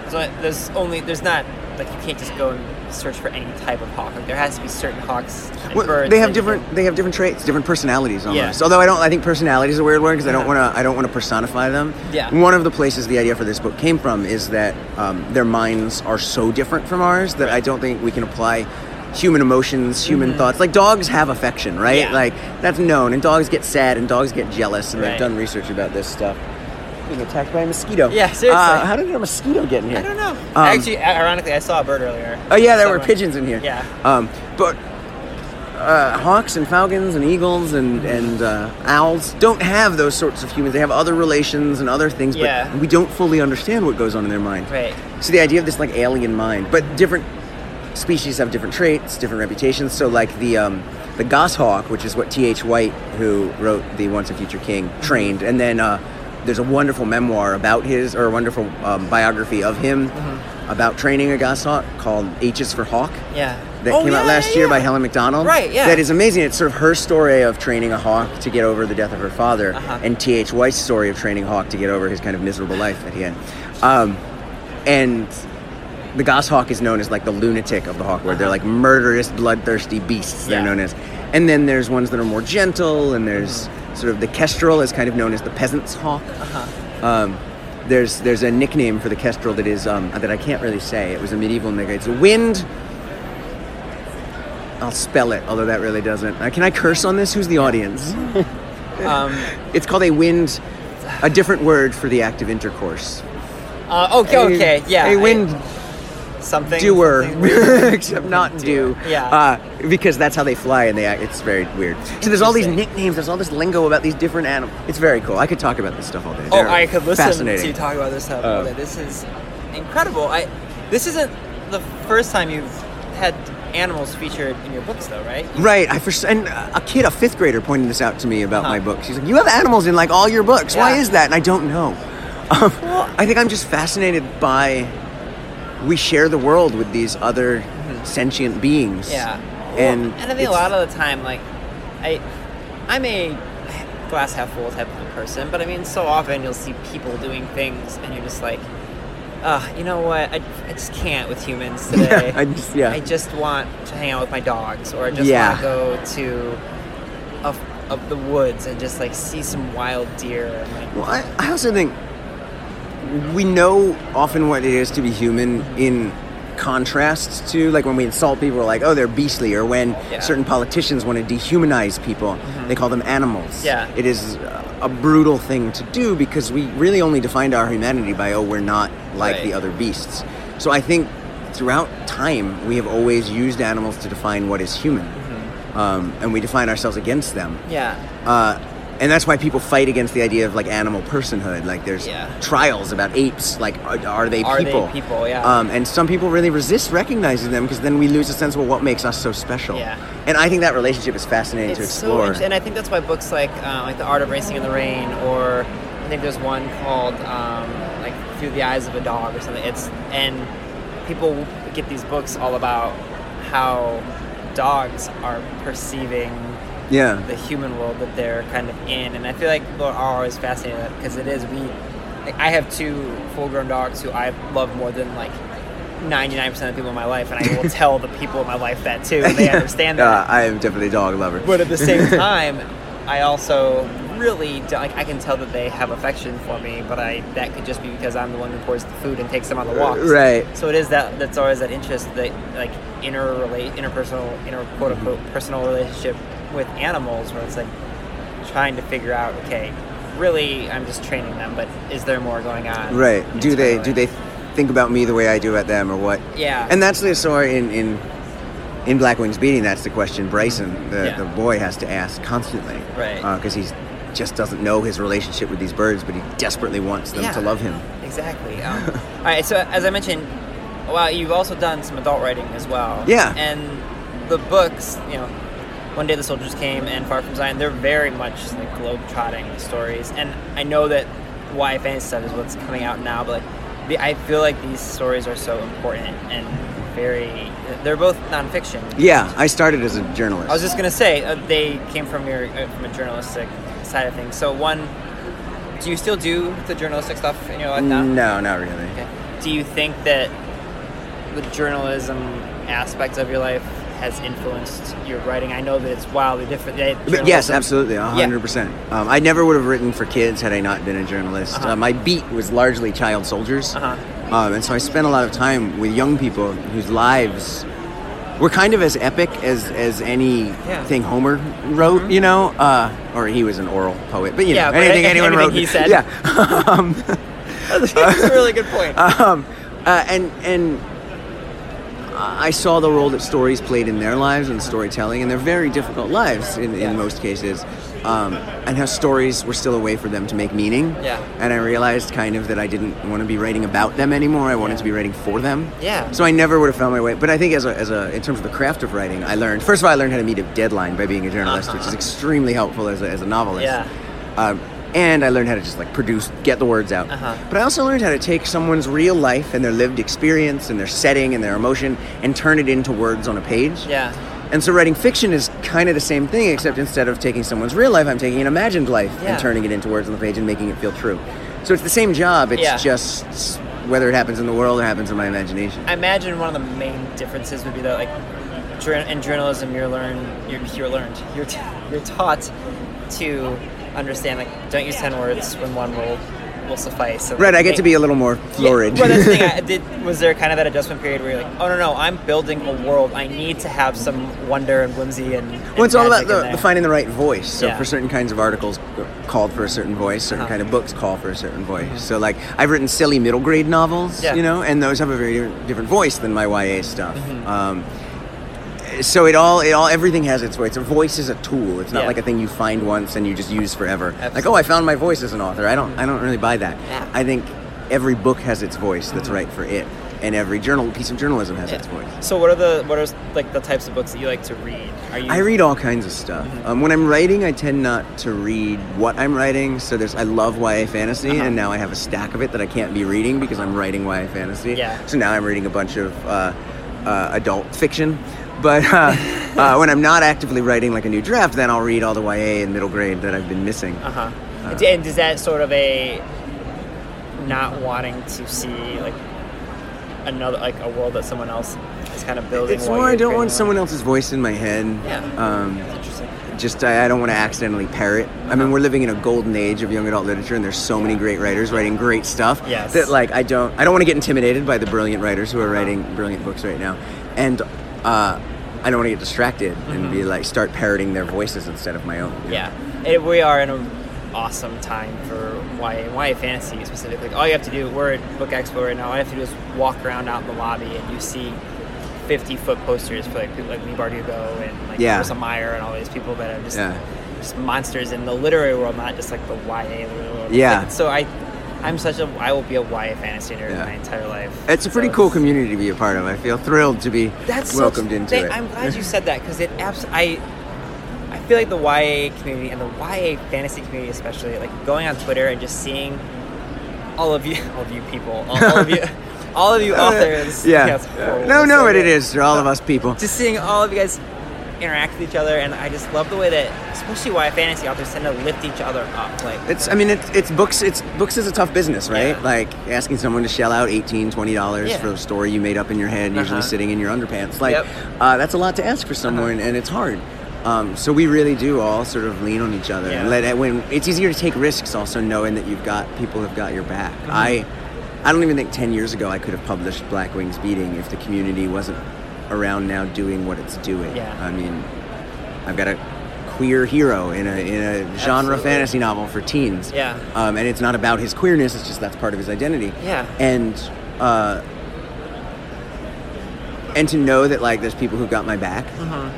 Speaker 2: So there's only there's not like you can't just go and search for any type of hawk. Like there has to be certain hawks. And
Speaker 3: Well,
Speaker 2: birds
Speaker 3: they have
Speaker 2: that you can-
Speaker 3: different. They have different traits, different personalities
Speaker 2: Yeah.
Speaker 3: almost. Although I don't. I think personality is a weird word because I don't want to. I don't want to personify them.
Speaker 2: Yeah.
Speaker 3: One of the places the idea for this book came from is that um, their minds are so different from ours that I don't think we can apply human emotions, human thoughts. Like dogs have affection, right?
Speaker 2: Mm-hmm. Yeah.
Speaker 3: Like that's known, and dogs get sad, and dogs get jealous, and
Speaker 2: Right.
Speaker 3: they've done research about this stuff. Being attacked by a mosquito.
Speaker 2: Yeah, seriously.
Speaker 3: Uh, how did a mosquito get in here?
Speaker 2: I don't know.
Speaker 3: Um,
Speaker 2: Actually, ironically, I saw a bird earlier.
Speaker 3: Oh yeah, there were
Speaker 2: Somewhere.
Speaker 3: pigeons in here.
Speaker 2: Yeah.
Speaker 3: Um, but uh, hawks and falcons and eagles and and uh, owls don't have those sorts of humans. They have other relations and other things, but
Speaker 2: Yeah.
Speaker 3: we don't fully understand what goes on in their mind.
Speaker 2: Right.
Speaker 3: So the idea of this like alien mind, but different species have different traits, different reputations. So like the um, the goshawk, which is what T. H. White, who wrote the Once a Future King, trained, and then uh, there's a wonderful memoir about his, or a wonderful um, biography of him about training a goshawk called H is for Hawk.
Speaker 2: Yeah.
Speaker 3: That
Speaker 2: Oh,
Speaker 3: came out
Speaker 2: yeah,
Speaker 3: last
Speaker 2: yeah,
Speaker 3: year by
Speaker 2: yeah.
Speaker 3: Helen McDonald.
Speaker 2: Right, yeah.
Speaker 3: That is amazing. It's sort of her story of training a hawk to get over the death of her father,
Speaker 2: Uh-huh.
Speaker 3: and T.H. White's story of training a hawk to get over his kind of miserable life that he had. Um, and the goshawk is known as like the lunatic of the hawk, where they're like murderous, bloodthirsty beasts. They're
Speaker 2: Uh-huh. Yeah.
Speaker 3: known as, and then there's ones that are more gentle, and there's
Speaker 2: Uh-huh.
Speaker 3: sort of the kestrel is kind of known as the peasant's hawk.
Speaker 2: Uh-huh.
Speaker 3: Um, there's there's a nickname for the kestrel that is um, that I can't really say. It was a medieval nickname. It's a wind. I'll spell it, although that really doesn't. Uh, can I curse on this? Who's the audience?
Speaker 2: Um,
Speaker 3: It's called a wind. A different word for the act of intercourse.
Speaker 2: uh, okay.
Speaker 3: A-
Speaker 2: Okay. Yeah.
Speaker 3: A wind
Speaker 2: I- something.
Speaker 3: doer,
Speaker 2: something.
Speaker 3: except not do.
Speaker 2: Yeah.
Speaker 3: Uh, because that's how they fly, and they act. It's very weird. So there's all these
Speaker 2: Interesting.
Speaker 3: nicknames. There's all this lingo about these different animals. It's very cool. I could talk about this stuff all day.
Speaker 2: Oh,
Speaker 3: They're
Speaker 2: I could listen to
Speaker 3: Fascinating.
Speaker 2: you talk about this stuff. all
Speaker 3: Uh,
Speaker 2: day. this is incredible. I. This isn't the first time you've had animals featured in your books, though, right?
Speaker 3: Right, I first and a kid, a fifth grader, pointed this out to me about my
Speaker 2: Huh.
Speaker 3: book. She's like, "You have animals in like all your books. Why
Speaker 2: Yeah.
Speaker 3: is that?" And I don't know. Um, I think I'm just fascinated by we share the world with these other sentient beings.
Speaker 2: Mm-hmm. Yeah.
Speaker 3: and
Speaker 2: Well, and I think
Speaker 3: it's-
Speaker 2: a lot of the time, like, I, I'm a glass half full type of person, but I mean, so often you'll see people doing things, and you're just like, ugh, you know what? I, I just can't with humans today.
Speaker 3: I just- yeah.
Speaker 2: I just want to hang out with my dogs, or I just
Speaker 3: Yeah.
Speaker 2: want to go to, of of the woods and just like see some wild deer. And, like,
Speaker 3: Well, I, I also think we know often what it is to be human in contrast to like when we insult people we're like oh they're beastly or when
Speaker 2: Yeah. Mm-hmm.
Speaker 3: certain politicians want to dehumanize people they call them animals
Speaker 2: Yeah.
Speaker 3: it is uh, a brutal thing to do because we really only defined our humanity by oh we're not like
Speaker 2: Right.
Speaker 3: the other beasts so i think throughout time we have always used animals to define what is human
Speaker 2: Mm-hmm.
Speaker 3: um, and we define ourselves against them
Speaker 2: yeah.
Speaker 3: uh, and that's why people fight against the idea of like animal personhood. Like there's
Speaker 2: Yeah.
Speaker 3: trials about apes. Like are, are they
Speaker 2: Are they
Speaker 3: people?
Speaker 2: people, yeah.
Speaker 3: Um, and some people really resist recognizing them because then we lose a sense of well, what makes us so special.
Speaker 2: Yeah.
Speaker 3: And I think that relationship is fascinating to
Speaker 2: So
Speaker 3: explore.
Speaker 2: interesting, and I think that's why books like uh, like The Art of Racing in the Rain, or I think there's one called um, like Through the Eyes of a Dog or something. It's and people get these books all about how dogs are perceiving
Speaker 3: yeah.
Speaker 2: the human world that they're kind of in, and I feel like people are always fascinated because it is we. Like, I have two full-grown dogs who I love more than like. 99% of the people in my life, and I will tell the people in my life that too. and They understand that.
Speaker 3: Uh, I am definitely a dog lover.
Speaker 2: But uh, at the same time, I also really don't, like I can tell that they have affection for me, but I that could just be because I'm the one who pours the food and takes them on the walks.
Speaker 3: Uh, Right.
Speaker 2: So it is that that's always that interest that like inner relate interpersonal inter quote unquote
Speaker 3: Mm-hmm.
Speaker 2: personal relationship with animals where it's like trying to figure out okay really I'm just training them but is there more going on
Speaker 3: Right. Do they do
Speaker 2: internally?
Speaker 3: they think about me the way I do about them or what?
Speaker 2: yeah
Speaker 3: And that's the story in in in Black Wings Beating. That's the question Bryson, the,
Speaker 2: Yeah.
Speaker 3: the boy, has to ask constantly,
Speaker 2: Right.
Speaker 3: Because he's just doesn't know his relationship with these birds, but he desperately wants them to
Speaker 2: Yeah.
Speaker 3: love him.
Speaker 2: Exactly. Um, all right. So as I mentioned, well, you've also done some adult writing as well.
Speaker 3: Yeah.
Speaker 2: And the books, you know, One Day the Soldiers Came and Far From Zion, they're very much like globe-trotting stories. And I know that YA fantasy stuff is what's coming out now, but like, the, I feel like these stories are so important and very. They're both nonfiction.
Speaker 3: Yeah, I started as a journalist.
Speaker 2: I was just gonna say uh, they came from your uh, from a journalistic side of things. So one, do you still do the journalistic stuff in your life now?
Speaker 3: No, not really.
Speaker 2: Okay. Do you think that the journalism aspect of your life has influenced your writing? I know that it's wildly different. eh,
Speaker 3: But yes,
Speaker 2: journalism-
Speaker 3: absolutely, a hundred percent. Um, I never would have written for kids had I not been a journalist.
Speaker 2: Uh-huh.
Speaker 3: Uh, my beat was largely child soldiers,
Speaker 2: Uh-huh.
Speaker 3: um, and so I spent a lot of time with young people whose lives were kind of as epic as as any
Speaker 2: Yeah. Mm-hmm.
Speaker 3: thing Homer wrote. You know, uh, or he was an oral poet, but you
Speaker 2: Yeah,
Speaker 3: know,
Speaker 2: but
Speaker 3: anything
Speaker 2: anything-
Speaker 3: anyone
Speaker 2: anything
Speaker 3: wrote.
Speaker 2: he said.
Speaker 3: Yeah. um,
Speaker 2: That's a really good point.
Speaker 3: um, uh, and and I saw the role that stories played in their lives and storytelling, and their very difficult lives in, in most cases, um, and how stories were still a way for them to make meaning.
Speaker 2: Yeah.
Speaker 3: And I realized kind of that I didn't want to be writing about them anymore. I wanted to be writing for them.
Speaker 2: Yeah.
Speaker 3: So I never would have found my way. But I think as a, as a in terms of the craft of writing, I learned first of all I learned how to meet a deadline by being a journalist, which is
Speaker 2: Uh-huh.
Speaker 3: extremely helpful as a, as a novelist.
Speaker 2: Yeah.
Speaker 3: Um, and I learned how to just like produce, get the words out.
Speaker 2: Uh-huh.
Speaker 3: But I also learned how to take someone's real life and their lived experience and their setting and their emotion and turn it into words on a page.
Speaker 2: yeah.
Speaker 3: And so writing fiction is kind of the same thing, except instead of taking someone's real life, I'm taking an imagined life
Speaker 2: Yeah.
Speaker 3: and turning it into words on the page and making it feel true. So it's the same job, it's
Speaker 2: Yeah.
Speaker 3: just s- whether it happens in the world or happens in my imagination.
Speaker 2: I imagine one of the main differences would be that like jour- in journalism you're learned you're, you're learned you're, t- you're taught to understand like don't use 10 words when one will will suffice And,
Speaker 3: Right, I
Speaker 2: like,
Speaker 3: get to
Speaker 2: make-
Speaker 3: be a little more florid.
Speaker 2: Yeah, well, that's the thing. I did, was there kind of that adjustment period where you're like, oh no, no, I'm building a world. I need to have some wonder and whimsy and. and
Speaker 3: Well, it's all about
Speaker 2: magic in
Speaker 3: the,
Speaker 2: there."
Speaker 3: the finding the right voice. So
Speaker 2: Yeah.
Speaker 3: for certain kinds of articles, uh, called for a certain voice. Certain
Speaker 2: Uh-huh. Mm-hmm.
Speaker 3: kind of books call for a certain voice. So like I've written silly middle grade novels,
Speaker 2: Yeah.
Speaker 3: you know, and those have a very different- different voice than my YA stuff.
Speaker 2: Mm-hmm.
Speaker 3: Um, so it all, it all, everything has its voice. A voice is a tool. It's not
Speaker 2: Yeah.
Speaker 3: like a thing you find once and you just use forever. Like,
Speaker 2: Absolutely.
Speaker 3: oh, I found my voice as an author. I don't, I don't really buy that.
Speaker 2: Yeah. Mm-hmm.
Speaker 3: I think every book has its voice that's right for it, and every journal piece of journalism has its voice.
Speaker 2: So, what are the what are like the types of books that you like to read? Are you?
Speaker 3: I read all kinds of stuff.
Speaker 2: Mm-hmm.
Speaker 3: Um, when I'm writing, I tend not to read what I'm writing. So there's, I love YA fantasy,
Speaker 2: Uh-huh.
Speaker 3: and now I have a stack of it that I can't be reading because I'm writing YA fantasy.
Speaker 2: Yeah.
Speaker 3: So now I'm reading a bunch of uh, uh, adult fiction. But uh, uh, when I'm not actively writing like a new draft, then I'll read all the YA in middle grade that I've been missing.
Speaker 2: Uh-huh.
Speaker 3: Uh.
Speaker 2: and is that sort of a not wanting to see like another like a world that someone else is kind of building?
Speaker 3: It's
Speaker 2: while
Speaker 3: more
Speaker 2: you're
Speaker 3: I don't
Speaker 2: creating one?
Speaker 3: want someone else's voice in my head.
Speaker 2: Yeah.
Speaker 3: Um,
Speaker 2: That's interesting.
Speaker 3: just I, I don't want to accidentally parrot. I
Speaker 2: Uh-huh.
Speaker 3: mean, we're living in a golden age of young adult literature, and there's so many great writers writing great stuff.
Speaker 2: Yes.
Speaker 3: That like I don't I don't want to get intimidated by the brilliant writers who are writing brilliant books right now, and uh, I don't want to get distracted and be like start parroting their voices instead of my own. you know?
Speaker 2: Mm-hmm. Yeah, it, we are in an awesome time for YA, YA fantasy specifically. All you have to do, we're at Book Expo right now. All you have to do is walk around out in the lobby, and you see fifty foot posters for like people like Lee Bardugo and like
Speaker 3: Yeah.
Speaker 2: Marissa Meyer and all these people that are just
Speaker 3: Yeah.
Speaker 2: just monsters in the literary world, not just like the YA literary world.
Speaker 3: Yeah.
Speaker 2: Like, so I, I'm such a I will be a YA fantasy nerd
Speaker 3: Yeah.
Speaker 2: my entire life.
Speaker 3: It's a
Speaker 2: So
Speaker 3: pretty cool community to be a part of. I feel thrilled to be
Speaker 2: that's such-
Speaker 3: welcomed into
Speaker 2: they-
Speaker 3: it.
Speaker 2: I'm glad you said that because it abs- I I feel like the YA community and the YA fantasy community especially like going on Twitter and just seeing all of you all of you people all, all of you all of you authors
Speaker 3: Uh, yeah.
Speaker 2: it's horrible.
Speaker 3: no,
Speaker 2: It's
Speaker 3: no,
Speaker 2: so
Speaker 3: but it
Speaker 2: good.
Speaker 3: is. They're all of us people.
Speaker 2: just seeing all of you guys interact with each other and I just love the way that especially YA fantasy authors tend to lift each other up like
Speaker 3: It's, I mean, it's, it's books, it's books is a tough business, right?
Speaker 2: Yeah.
Speaker 3: Like asking someone to shell out 18, 20 dollars
Speaker 2: Yeah.
Speaker 3: for a story you made up in your head, usually
Speaker 2: Uh-huh.
Speaker 3: sitting in your underpants. Like,
Speaker 2: Yep. Uh-huh.
Speaker 3: uh, that's a lot to ask for someone and it's hard. Um, so we really do all sort of lean on each other and
Speaker 2: Yeah.
Speaker 3: let it, when it's easier to take risks also knowing that you've got people have got your back.
Speaker 2: Uh-huh.
Speaker 3: I, I don't even think 10 years ago I could have published Black Wings Beating if the community wasn't around now doing what it's doing.
Speaker 2: Yeah.
Speaker 3: I mean, I've got a queer hero in a, in a genre
Speaker 2: Absolutely.
Speaker 3: fantasy novel for teens.
Speaker 2: Yeah.
Speaker 3: Um, and it's not about his queerness, it's just that's part of his identity.
Speaker 2: Yeah.
Speaker 3: And uh, and to know that like there's people who got my back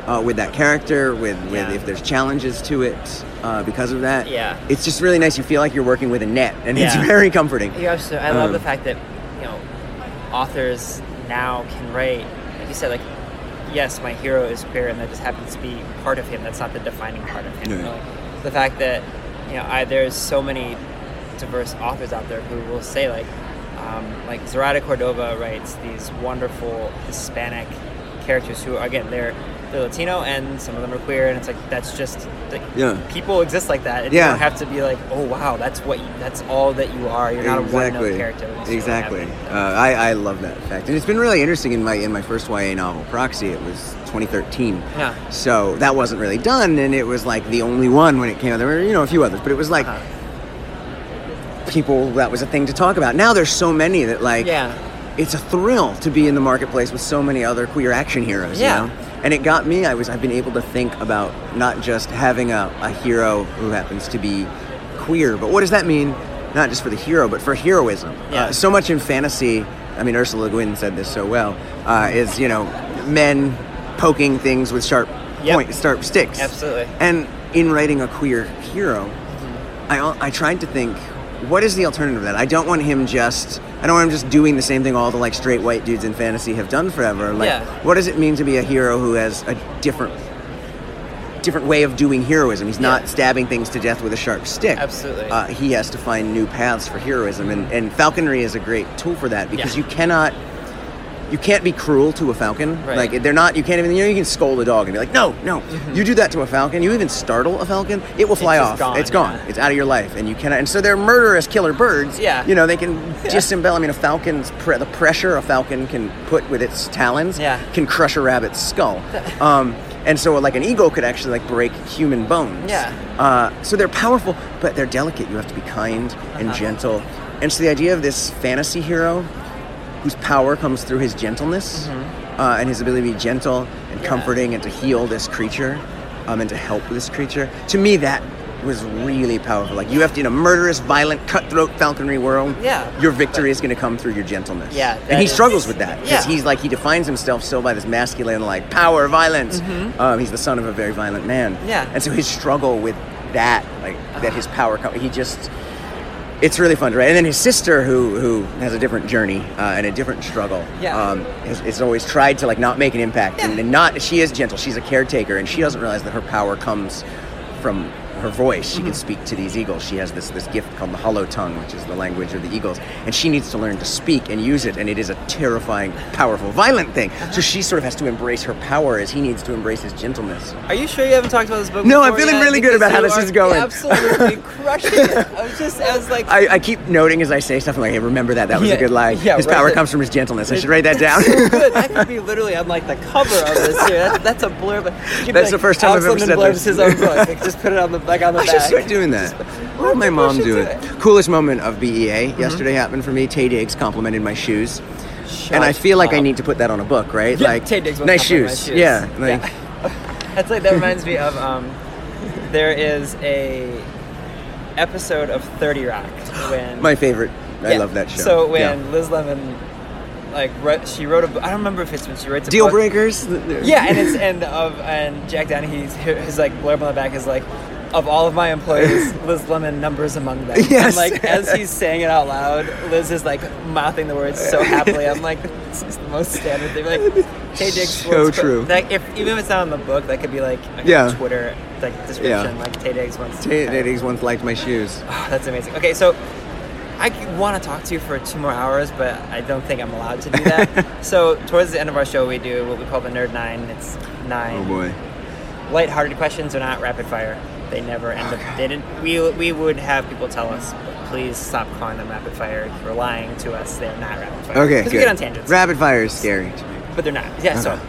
Speaker 3: uh, with that character, with, with
Speaker 2: Mm-hmm. Yeah.
Speaker 3: if there's challenges to it uh, because of that.
Speaker 2: Yeah.
Speaker 3: It's just really nice. You feel like you're working with a net, and it's
Speaker 2: Yeah.
Speaker 3: very comforting.
Speaker 2: Yeah, absolutely. I love
Speaker 3: Um,
Speaker 2: the fact that you know authors now can write, like you said, like yes, my hero is queer, and that just happens to be part of him. That's not the defining part of him.
Speaker 3: Yeah.
Speaker 2: You know, like, the fact that you know, I, there's so many diverse authors out there who will say like, um, like Zarada Cordova writes these wonderful Hispanic characters who, again, they're they're Latino, and some of them are queer, and it's like that's just like,
Speaker 3: Yeah.
Speaker 2: people exist like that. It
Speaker 3: Yeah.
Speaker 2: don't have to be like, oh wow, that's what you, that's all that you are. You're not a one note character. It's really
Speaker 3: Exactly.
Speaker 2: happening.
Speaker 3: Uh, I, I love that fact, and it's been really interesting in my in my first YA novel, Proxy. It was 2013.
Speaker 2: Yeah.
Speaker 3: So that wasn't really done, and it was like the only one when it came out. There were you know a few others, but it was like
Speaker 2: Uh-huh.
Speaker 3: people that was a thing to talk about. Now there's so many that like
Speaker 2: yeah.
Speaker 3: it's a thrill to be in the marketplace with so many other queer action heroes.
Speaker 2: Yeah.
Speaker 3: You know? And it got me. I was. I've been able to think about not just having a, a hero who happens to be queer, but what does that mean? Not just for the hero, but for heroism.
Speaker 2: Yeah.
Speaker 3: Uh, so much in fantasy. I mean, Ursula Gwynn said this so well. Uh, is you know, men poking things with sharp
Speaker 2: Yep.
Speaker 3: point, sharp sticks.
Speaker 2: Absolutely.
Speaker 3: And in writing a queer hero, I, al- I tried to think, what is the alternative to that? I don't want him just, I don't want him just doing the same thing all the like straight white dudes in fantasy have done forever. Like,
Speaker 2: Yeah.
Speaker 3: what does it mean to be a hero who has a different, different way of doing heroism? He's not
Speaker 2: Yeah.
Speaker 3: stabbing things to death with a sharp stick.
Speaker 2: Absolutely.
Speaker 3: Uh, he has to find new paths for heroism, and, and falconry is a great tool for that because
Speaker 2: Yeah.
Speaker 3: you cannot. You can't be cruel to a falcon.
Speaker 2: Right. Mm-hmm.
Speaker 3: Like they're not. You can't even. You know, you can scold a dog and be like, "No, no." You do that to a falcon. You even startle a falcon, it will fly
Speaker 2: just
Speaker 3: off.
Speaker 2: gone,
Speaker 3: it's gone.
Speaker 2: yeah.
Speaker 3: It's out of your life, and you cannot. And so they're murderous killer birds.
Speaker 2: Yeah.
Speaker 3: You know they can disembowel. I mean, a falcon's pre- the pressure a falcon can put with its talons
Speaker 2: Yeah.
Speaker 3: can crush a rabbit's skull. um, and so like an eagle could actually like break human bones.
Speaker 2: Yeah.
Speaker 3: Uh, so they're powerful, but they're delicate. You have to be kind and
Speaker 2: Uh-huh.
Speaker 3: gentle. And so the idea of this fantasy hero whose power comes through his gentleness
Speaker 2: Mm-hmm.
Speaker 3: uh, and his ability to be gentle and comforting and to heal this creature um, and to help this creature. To me, that was really powerful. Like, you have to, in a murderous, violent, cutthroat falconry world,
Speaker 2: Yeah.
Speaker 3: your victory is going to come through your gentleness.
Speaker 2: Yeah,
Speaker 3: And
Speaker 2: that
Speaker 3: he
Speaker 2: is-
Speaker 3: struggles with that because
Speaker 2: Yeah.
Speaker 3: he's like, he defines himself still by this masculine, like, power, violence. Um, he's the son of a very violent man.
Speaker 2: Mm-hmm. Yeah.
Speaker 3: And so his struggle with that, like, that his power, co- he just it's really fun to write. And then his sister, who who has a different journey uh, and a different struggle,
Speaker 2: Yeah.
Speaker 3: um, has, has always tried to like not make an impact and, and not. She is gentle. She's a caretaker, and she doesn't realize that her power comes from her voice.
Speaker 2: Mm-hmm.
Speaker 3: She can speak to these eagles. She has this this gift called the hollow tongue, which is the language of the eagles, and she needs to learn to speak and use it. And it is a terrifying, powerful, violent thing.
Speaker 2: Uh-huh.
Speaker 3: So she sort of has to embrace her power as he needs to embrace his gentleness.
Speaker 2: Are you sure you haven't talked about this book?
Speaker 3: No, I'm
Speaker 2: before
Speaker 3: feeling
Speaker 2: yet?
Speaker 3: really good about how
Speaker 2: Because
Speaker 3: this
Speaker 2: you
Speaker 3: is
Speaker 2: are
Speaker 3: going.
Speaker 2: Absolutely crushing it. I was just, I was like,
Speaker 3: I, I keep noting as I say stuff, I'm like, hey, remember that. That was a
Speaker 2: Yeah,
Speaker 3: good lie.
Speaker 2: yeah,
Speaker 3: his
Speaker 2: write
Speaker 3: power
Speaker 2: that-
Speaker 3: comes from his gentleness. I should write that down.
Speaker 2: good. That could be literally on like the cover of this here. That's, that's a blurb. You could be
Speaker 3: That's
Speaker 2: like,
Speaker 3: the first time
Speaker 2: Alex
Speaker 3: I've ever
Speaker 2: Linden
Speaker 3: said
Speaker 2: blurbs
Speaker 3: this.
Speaker 2: his own book. Like, just put it on the like on the
Speaker 3: I
Speaker 2: back.
Speaker 3: should start doing that. What did my
Speaker 2: people
Speaker 3: mom
Speaker 2: should
Speaker 3: do
Speaker 2: do
Speaker 3: it?
Speaker 2: it. Mm-hmm.
Speaker 3: Coolest moment of BEA yesterday happened for me. Tay Diggs complimented my shoes. and I feel like I
Speaker 2: up.
Speaker 3: need to put that on a book, right?
Speaker 2: Yeah,
Speaker 3: like
Speaker 2: Tay Diggs will
Speaker 3: nice
Speaker 2: compliment my
Speaker 3: shoes.
Speaker 2: shoes.
Speaker 3: Yeah. Like,
Speaker 2: That's like that reminds me of um, there is a episode of Thirty Rock when
Speaker 3: my favorite. I
Speaker 2: Yeah.
Speaker 3: love that show.
Speaker 2: So
Speaker 3: Yeah.
Speaker 2: when Liz Lemon like wrote, she wrote a book. I don't remember if it's when she writes a
Speaker 3: Deal
Speaker 2: book.
Speaker 3: breakers.
Speaker 2: Yeah, and it's and of and Jack Donaghy's his like blurb on the back is like, of all of my employees, Liz Lemon numbers among them.
Speaker 3: Yes.
Speaker 2: And like as he's saying it out loud, Liz is like mouthing the words so happily. I'm like, this is the most standard thing. Like, Tay Diggs.
Speaker 3: So
Speaker 2: once put-
Speaker 3: true.
Speaker 2: Like if even if it's not in the book, that could be like a
Speaker 3: Yeah.
Speaker 2: Twitter like description. Like Tay Diggs once.
Speaker 3: Tay Tay Diggs once liked my shoes.
Speaker 2: Oh, that's amazing. Okay, so I want to talk to you for two more hours, but I don't think I'm allowed to do that. so towards the end of our show, we do what we call the Nerd Nine. It's nine
Speaker 3: Oh boy.
Speaker 2: lighthearted questions are not rapid fire. They never end up. They didn't. We we would have people tell us, please stop calling them rapid fire. You're lying to us. They're not rapid fire.
Speaker 3: Okay.
Speaker 2: Because
Speaker 3: good.
Speaker 2: we get on tangents.
Speaker 3: Rapid fire is scary to me.
Speaker 2: but they're not. Yeah. So.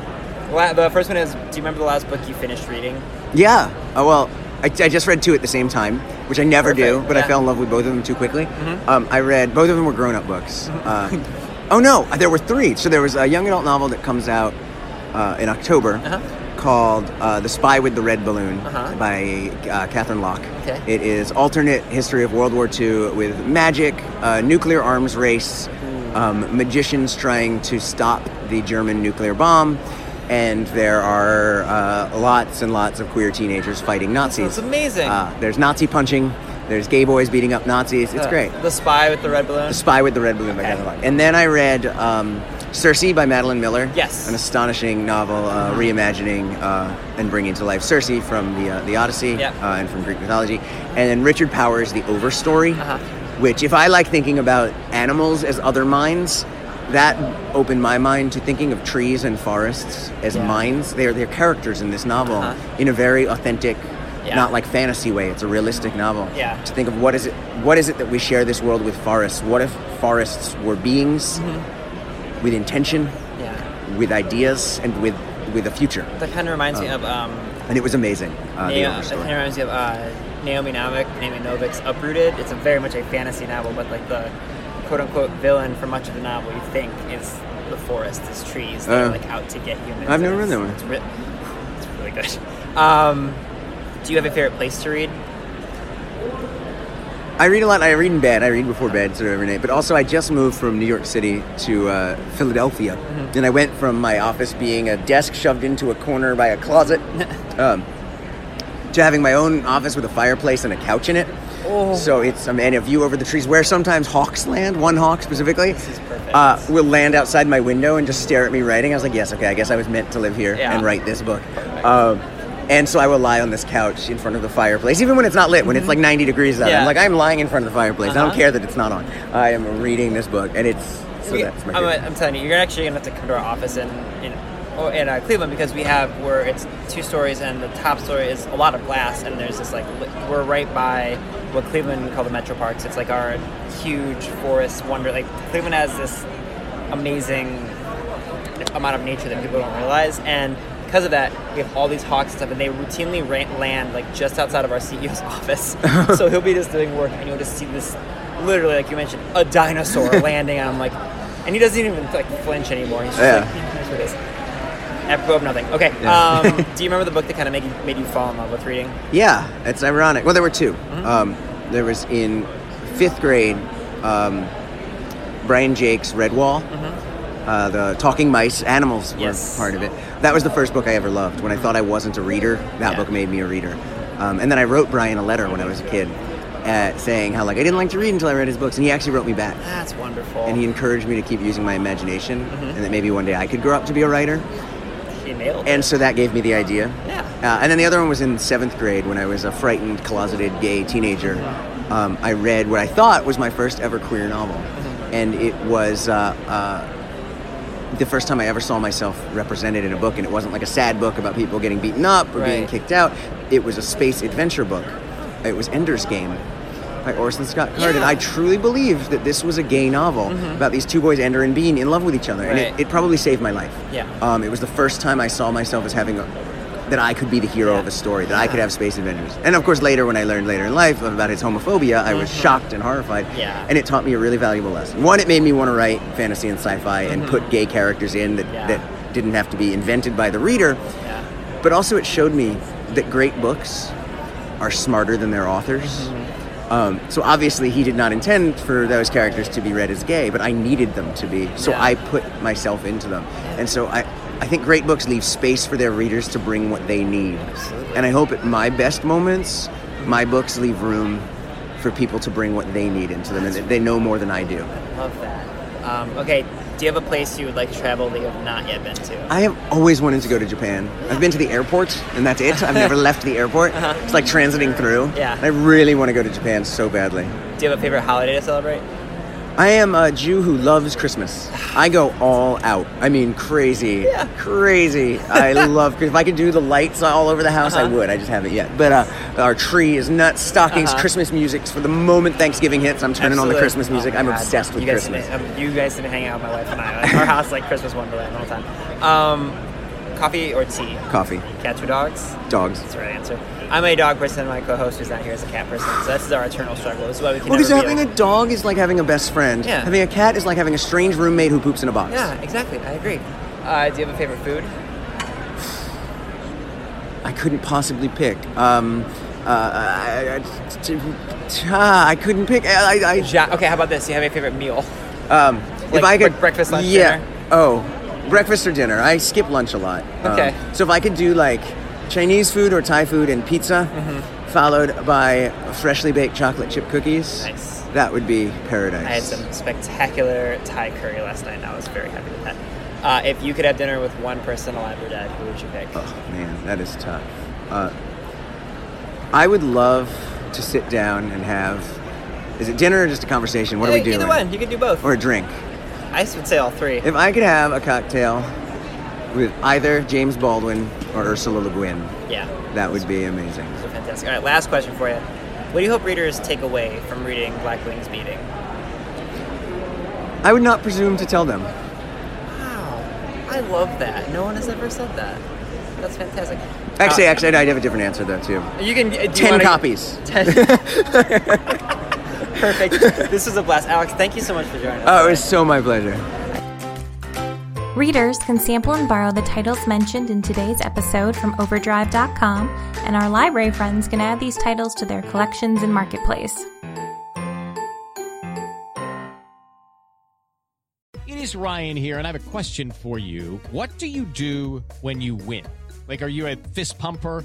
Speaker 2: La- the first one is, do you remember the last book you finished reading?
Speaker 3: Yeah. Uh, well, I, I just read two at the same time, which I never do,
Speaker 2: Perfect,
Speaker 3: but I
Speaker 2: yeah. Mm-hmm.
Speaker 3: fell in love with both of them too quickly. Um, I read both of them were grown-up books. Uh, oh no, there were three. So there was a young adult novel that comes out uh, in October. Called uh, "The Spy with the Red Balloon"
Speaker 2: Uh-huh.
Speaker 3: by uh, Catherine Locke.
Speaker 2: Okay.
Speaker 3: It is alternate history of World War II with magic, uh, nuclear arms race,
Speaker 2: Hmm.
Speaker 3: um, magicians trying to stop the German nuclear bomb, and there are uh, lots and lots of queer teenagers fighting Nazis.
Speaker 2: sounds amazing.
Speaker 3: Uh, there's Nazi punching. There's gay boys beating up Nazis. It's
Speaker 2: Uh,
Speaker 3: great.
Speaker 2: The Spy with the Red Balloon.
Speaker 3: The Spy with the Red Balloon by
Speaker 2: Okay.
Speaker 3: Catherine Locke. And then I read um, Circe by Madeline Miller.
Speaker 2: Yes.
Speaker 3: An astonishing novel uh, reimagining uh, and bringing to life Circe from the, uh, the Odyssey
Speaker 2: Yep.
Speaker 3: uh, and from Greek mythology. And then Richard Powers' The Overstory,
Speaker 2: Uh-huh.
Speaker 3: which, if I like thinking about animals as other minds, that opened my mind to thinking of trees and forests as
Speaker 2: Yeah.
Speaker 3: minds. They're, they're characters in this novel
Speaker 2: Uh-huh.
Speaker 3: in a very authentic,
Speaker 2: Yeah.
Speaker 3: not like fantasy way. It's a realistic novel.
Speaker 2: Yeah.
Speaker 3: To think of what is it, what is it that we share this world with forests? What if forests were beings with intention,
Speaker 2: Yeah.
Speaker 3: with ideas, and with with a future?
Speaker 2: That kind of reminds
Speaker 3: Oh.
Speaker 2: me of um,
Speaker 3: And it was amazing. Uh, the
Speaker 2: Naomi, that
Speaker 3: overstory.
Speaker 2: kind of reminds me of uh, Naomi Novik, Naomi Novik's Uprooted. It's a very much a fantasy novel, but like the quote unquote villain for much of the novel, you think is the forest, is trees that
Speaker 3: Uh,
Speaker 2: are like out to get humans.
Speaker 3: I've never
Speaker 2: and
Speaker 3: read that one.
Speaker 2: it's- It's, re- it's really good. Um, do you have a favorite place to read?
Speaker 3: I read a lot. I read in bed. I read before bed, sort of every night. But also, I just moved from New York City to uh, Philadelphia,
Speaker 2: Mm-hmm.
Speaker 3: and I went from my office being a desk shoved into a corner by a closet, um, to having my own office with a fireplace and a couch in it.
Speaker 2: Oh.
Speaker 3: So it's um, and a view over the trees, where sometimes hawks land. One hawk specifically
Speaker 2: is perfect.
Speaker 3: uh, will land outside my window and just stare at me writing. I was like, yes, okay, I guess I was meant to live here
Speaker 2: Yeah.
Speaker 3: and write this book. Um, and so I will lie on this couch in front of the fireplace, even when it's not lit, when it's like 90 degrees out.
Speaker 2: Mm-hmm. Yeah.
Speaker 3: I'm like, I'm lying in front of the fireplace. I don't
Speaker 2: Uh-huh.
Speaker 3: care that it's not on. I am reading this book, and it's so
Speaker 2: We-
Speaker 3: that's my
Speaker 2: I'm,
Speaker 3: favorite.
Speaker 2: I'm telling you, you're actually gonna have to come to our office in in, oh, in uh, Cleveland because we have where it's two stories and the top story is a lot of glass and there's this like li- we're right by what Cleveland we call the Metro Parks. It's like our huge forest wonder. Like Cleveland has this amazing amount of nature that people don't realize. And because of that, we have all these hawks and stuff, and they routinely ra- land like just outside of our CEO's office. so he'll be just doing work, and you'll just see this, literally, like you mentioned, a dinosaur landing. And I'm like, and he doesn't even like flinch anymore. He's just
Speaker 3: Yeah.
Speaker 2: like, "Yeah, that's what it is. Apropos of nothing. Okay.
Speaker 3: Yeah.
Speaker 2: Um, do you remember the book that kind of made you, made you fall in love with reading?
Speaker 3: Yeah, it's ironic. Well, there were 2
Speaker 2: Mm-hmm.
Speaker 3: Um, there was in fifth grade, um, Brian Jake's Redwall. Uh, the Talking Mice, animals were
Speaker 2: Mm-hmm. Yes.
Speaker 3: part of it. That was the first book I ever loved. When I thought I wasn't a reader, that
Speaker 2: Yeah.
Speaker 3: book made me a reader. Um, and then I wrote Brian a letter when I was a kid, uh, saying how like I didn't like to read until I read his books, and he actually wrote me back.
Speaker 2: That's wonderful.
Speaker 3: And he encouraged me to keep using my imagination,
Speaker 2: Mm-hmm.
Speaker 3: and that maybe one day I could grow up to be a writer.
Speaker 2: he nailed it.
Speaker 3: And so that gave me the idea.
Speaker 2: Yeah.
Speaker 3: Uh, and then the other one was in seventh grade when I was a frightened, closeted gay teenager. Um, I read what I thought was my first ever queer novel.
Speaker 2: Mm-hmm.
Speaker 3: And it was uh, uh, the first time I ever saw myself represented in a book. And it wasn't like a sad book about people getting beaten up or being
Speaker 2: Right.
Speaker 3: kicked out, it was a space adventure book. It was Ender's Game. By Orson Scott Card, and I truly believed that this was a gay novel about these two boys, Ender and Bean, in love with each other, and
Speaker 2: Mm-hmm. Right.
Speaker 3: it, it probably saved my life.
Speaker 2: Yeah.
Speaker 3: Um, it was the first time I saw myself as having a, that I could be the hero of a story, that I
Speaker 2: Uh-huh.
Speaker 3: could have space adventures. And of course, later when I learned later in life about his homophobia, I was shocked and horrified.
Speaker 2: Mm-hmm. Yeah.
Speaker 3: And it taught me a really valuable lesson. One, it made me want to write fantasy and sci-fi and put gay characters in that,
Speaker 2: Mm-hmm. Yeah.
Speaker 3: that didn't have to be invented by the reader.
Speaker 2: yeah.
Speaker 3: But also, it showed me that great books are smarter than their authors. Um, so obviously, he did not intend for those characters to be read as gay, but I needed them to be. So
Speaker 2: Yeah.
Speaker 3: I put myself into them, and so I, I think great books leave space for their readers to bring what they need. And I hope at my best moments, my books leave room for people to bring what they need into them, and that they know more than I do.
Speaker 2: Love that. Um, okay. Do you have a place you would like to travel that you have not yet been to?
Speaker 3: I have always wanted to go to Japan. I've been to the airport, and that's it. I've never left the airport. It's like transiting through.
Speaker 2: Uh-huh. Yeah.
Speaker 3: I really want to go to Japan so badly.
Speaker 2: Do you have a favorite holiday to celebrate?
Speaker 3: I am a Jew who loves Christmas. I go all out. I mean, crazy, crazy. I love. If I could do the lights all over the house,
Speaker 2: Uh-huh.
Speaker 3: I would. I just haven't yet. But uh, our tree is nuts, stockings, Christmas music. For the moment Thanksgiving hits, I'm turning on the
Speaker 2: Uh-huh. Absolutely.
Speaker 3: Christmas
Speaker 2: Oh
Speaker 3: music.
Speaker 2: my
Speaker 3: I'm
Speaker 2: God.
Speaker 3: obsessed with
Speaker 2: you guys
Speaker 3: Christmas.
Speaker 2: Didn't, um, you guys didn't hang out with my wife and I. Like, our house is like Christmas Wonderland all the time. Um, coffee or tea?
Speaker 3: Coffee,
Speaker 2: Cats or dogs?
Speaker 3: dogs.
Speaker 2: That's the right answer. I'm a dog person. My co-host who's not here is a cat person. So this is our eternal struggle. This is why we can
Speaker 3: Well, because
Speaker 2: never be
Speaker 3: having a
Speaker 2: like-
Speaker 3: dog is like having a best friend.
Speaker 2: Yeah.
Speaker 3: Having a cat is like having a strange roommate who poops in a box.
Speaker 2: Yeah, exactly. I agree. Uh, do you have a favorite food?
Speaker 3: I couldn't possibly pick. Um, uh, I, I, t- t- ah, I couldn't pick. I, I, I-
Speaker 2: Ja- okay, how about this? Do you have a favorite meal?
Speaker 3: um, if
Speaker 2: Like
Speaker 3: I could
Speaker 2: bre- breakfast, lunch,
Speaker 3: yeah.
Speaker 2: dinner?
Speaker 3: Oh, breakfast or dinner. I skip lunch a lot. Um,
Speaker 2: Okay.
Speaker 3: so if I could do like Chinese food
Speaker 2: Mm-hmm.
Speaker 3: or Thai food and pizza, followed by freshly baked chocolate chip cookies,
Speaker 2: Nice.
Speaker 3: That would be paradise.
Speaker 2: I had some spectacular Thai curry last night, and I was very happy with that. Uh, if you could have dinner with one person alive or dead, who would you pick?
Speaker 3: Oh man, that is tough. Uh, I would love to sit down and have. Is it dinner or just a conversation? What are we
Speaker 2: Either-
Speaker 3: doing?
Speaker 2: Either one. You could do both.
Speaker 3: Or a drink.
Speaker 2: I would say all three.
Speaker 3: If I could have a cocktail with either James Baldwin or Ursula Le Guin,
Speaker 2: yeah.
Speaker 3: that would be amazing.
Speaker 2: Those are fantastic. All right, last question for you. What do you hope readers take away from reading Black Wings Meeting?
Speaker 3: I would not presume to tell them.
Speaker 2: Wow, I love that. No one has ever said that. That's fantastic.
Speaker 3: Actually,
Speaker 2: Uh,
Speaker 3: actually, I'd have a different answer though too.
Speaker 2: you can uh, do you
Speaker 3: 10
Speaker 2: wanna-
Speaker 3: copies.
Speaker 2: Perfect. this was a blast, Alex. Thank you so much for joining us.
Speaker 3: Oh, it was so my pleasure.
Speaker 4: Readers can sample and borrow the titles mentioned in today's episode from Overdrive.com, and our library friends can add these titles to their collections and marketplace.
Speaker 5: It is Ryan here, and I have a question for you. What do you do when you win? Like, are you a fist pumper?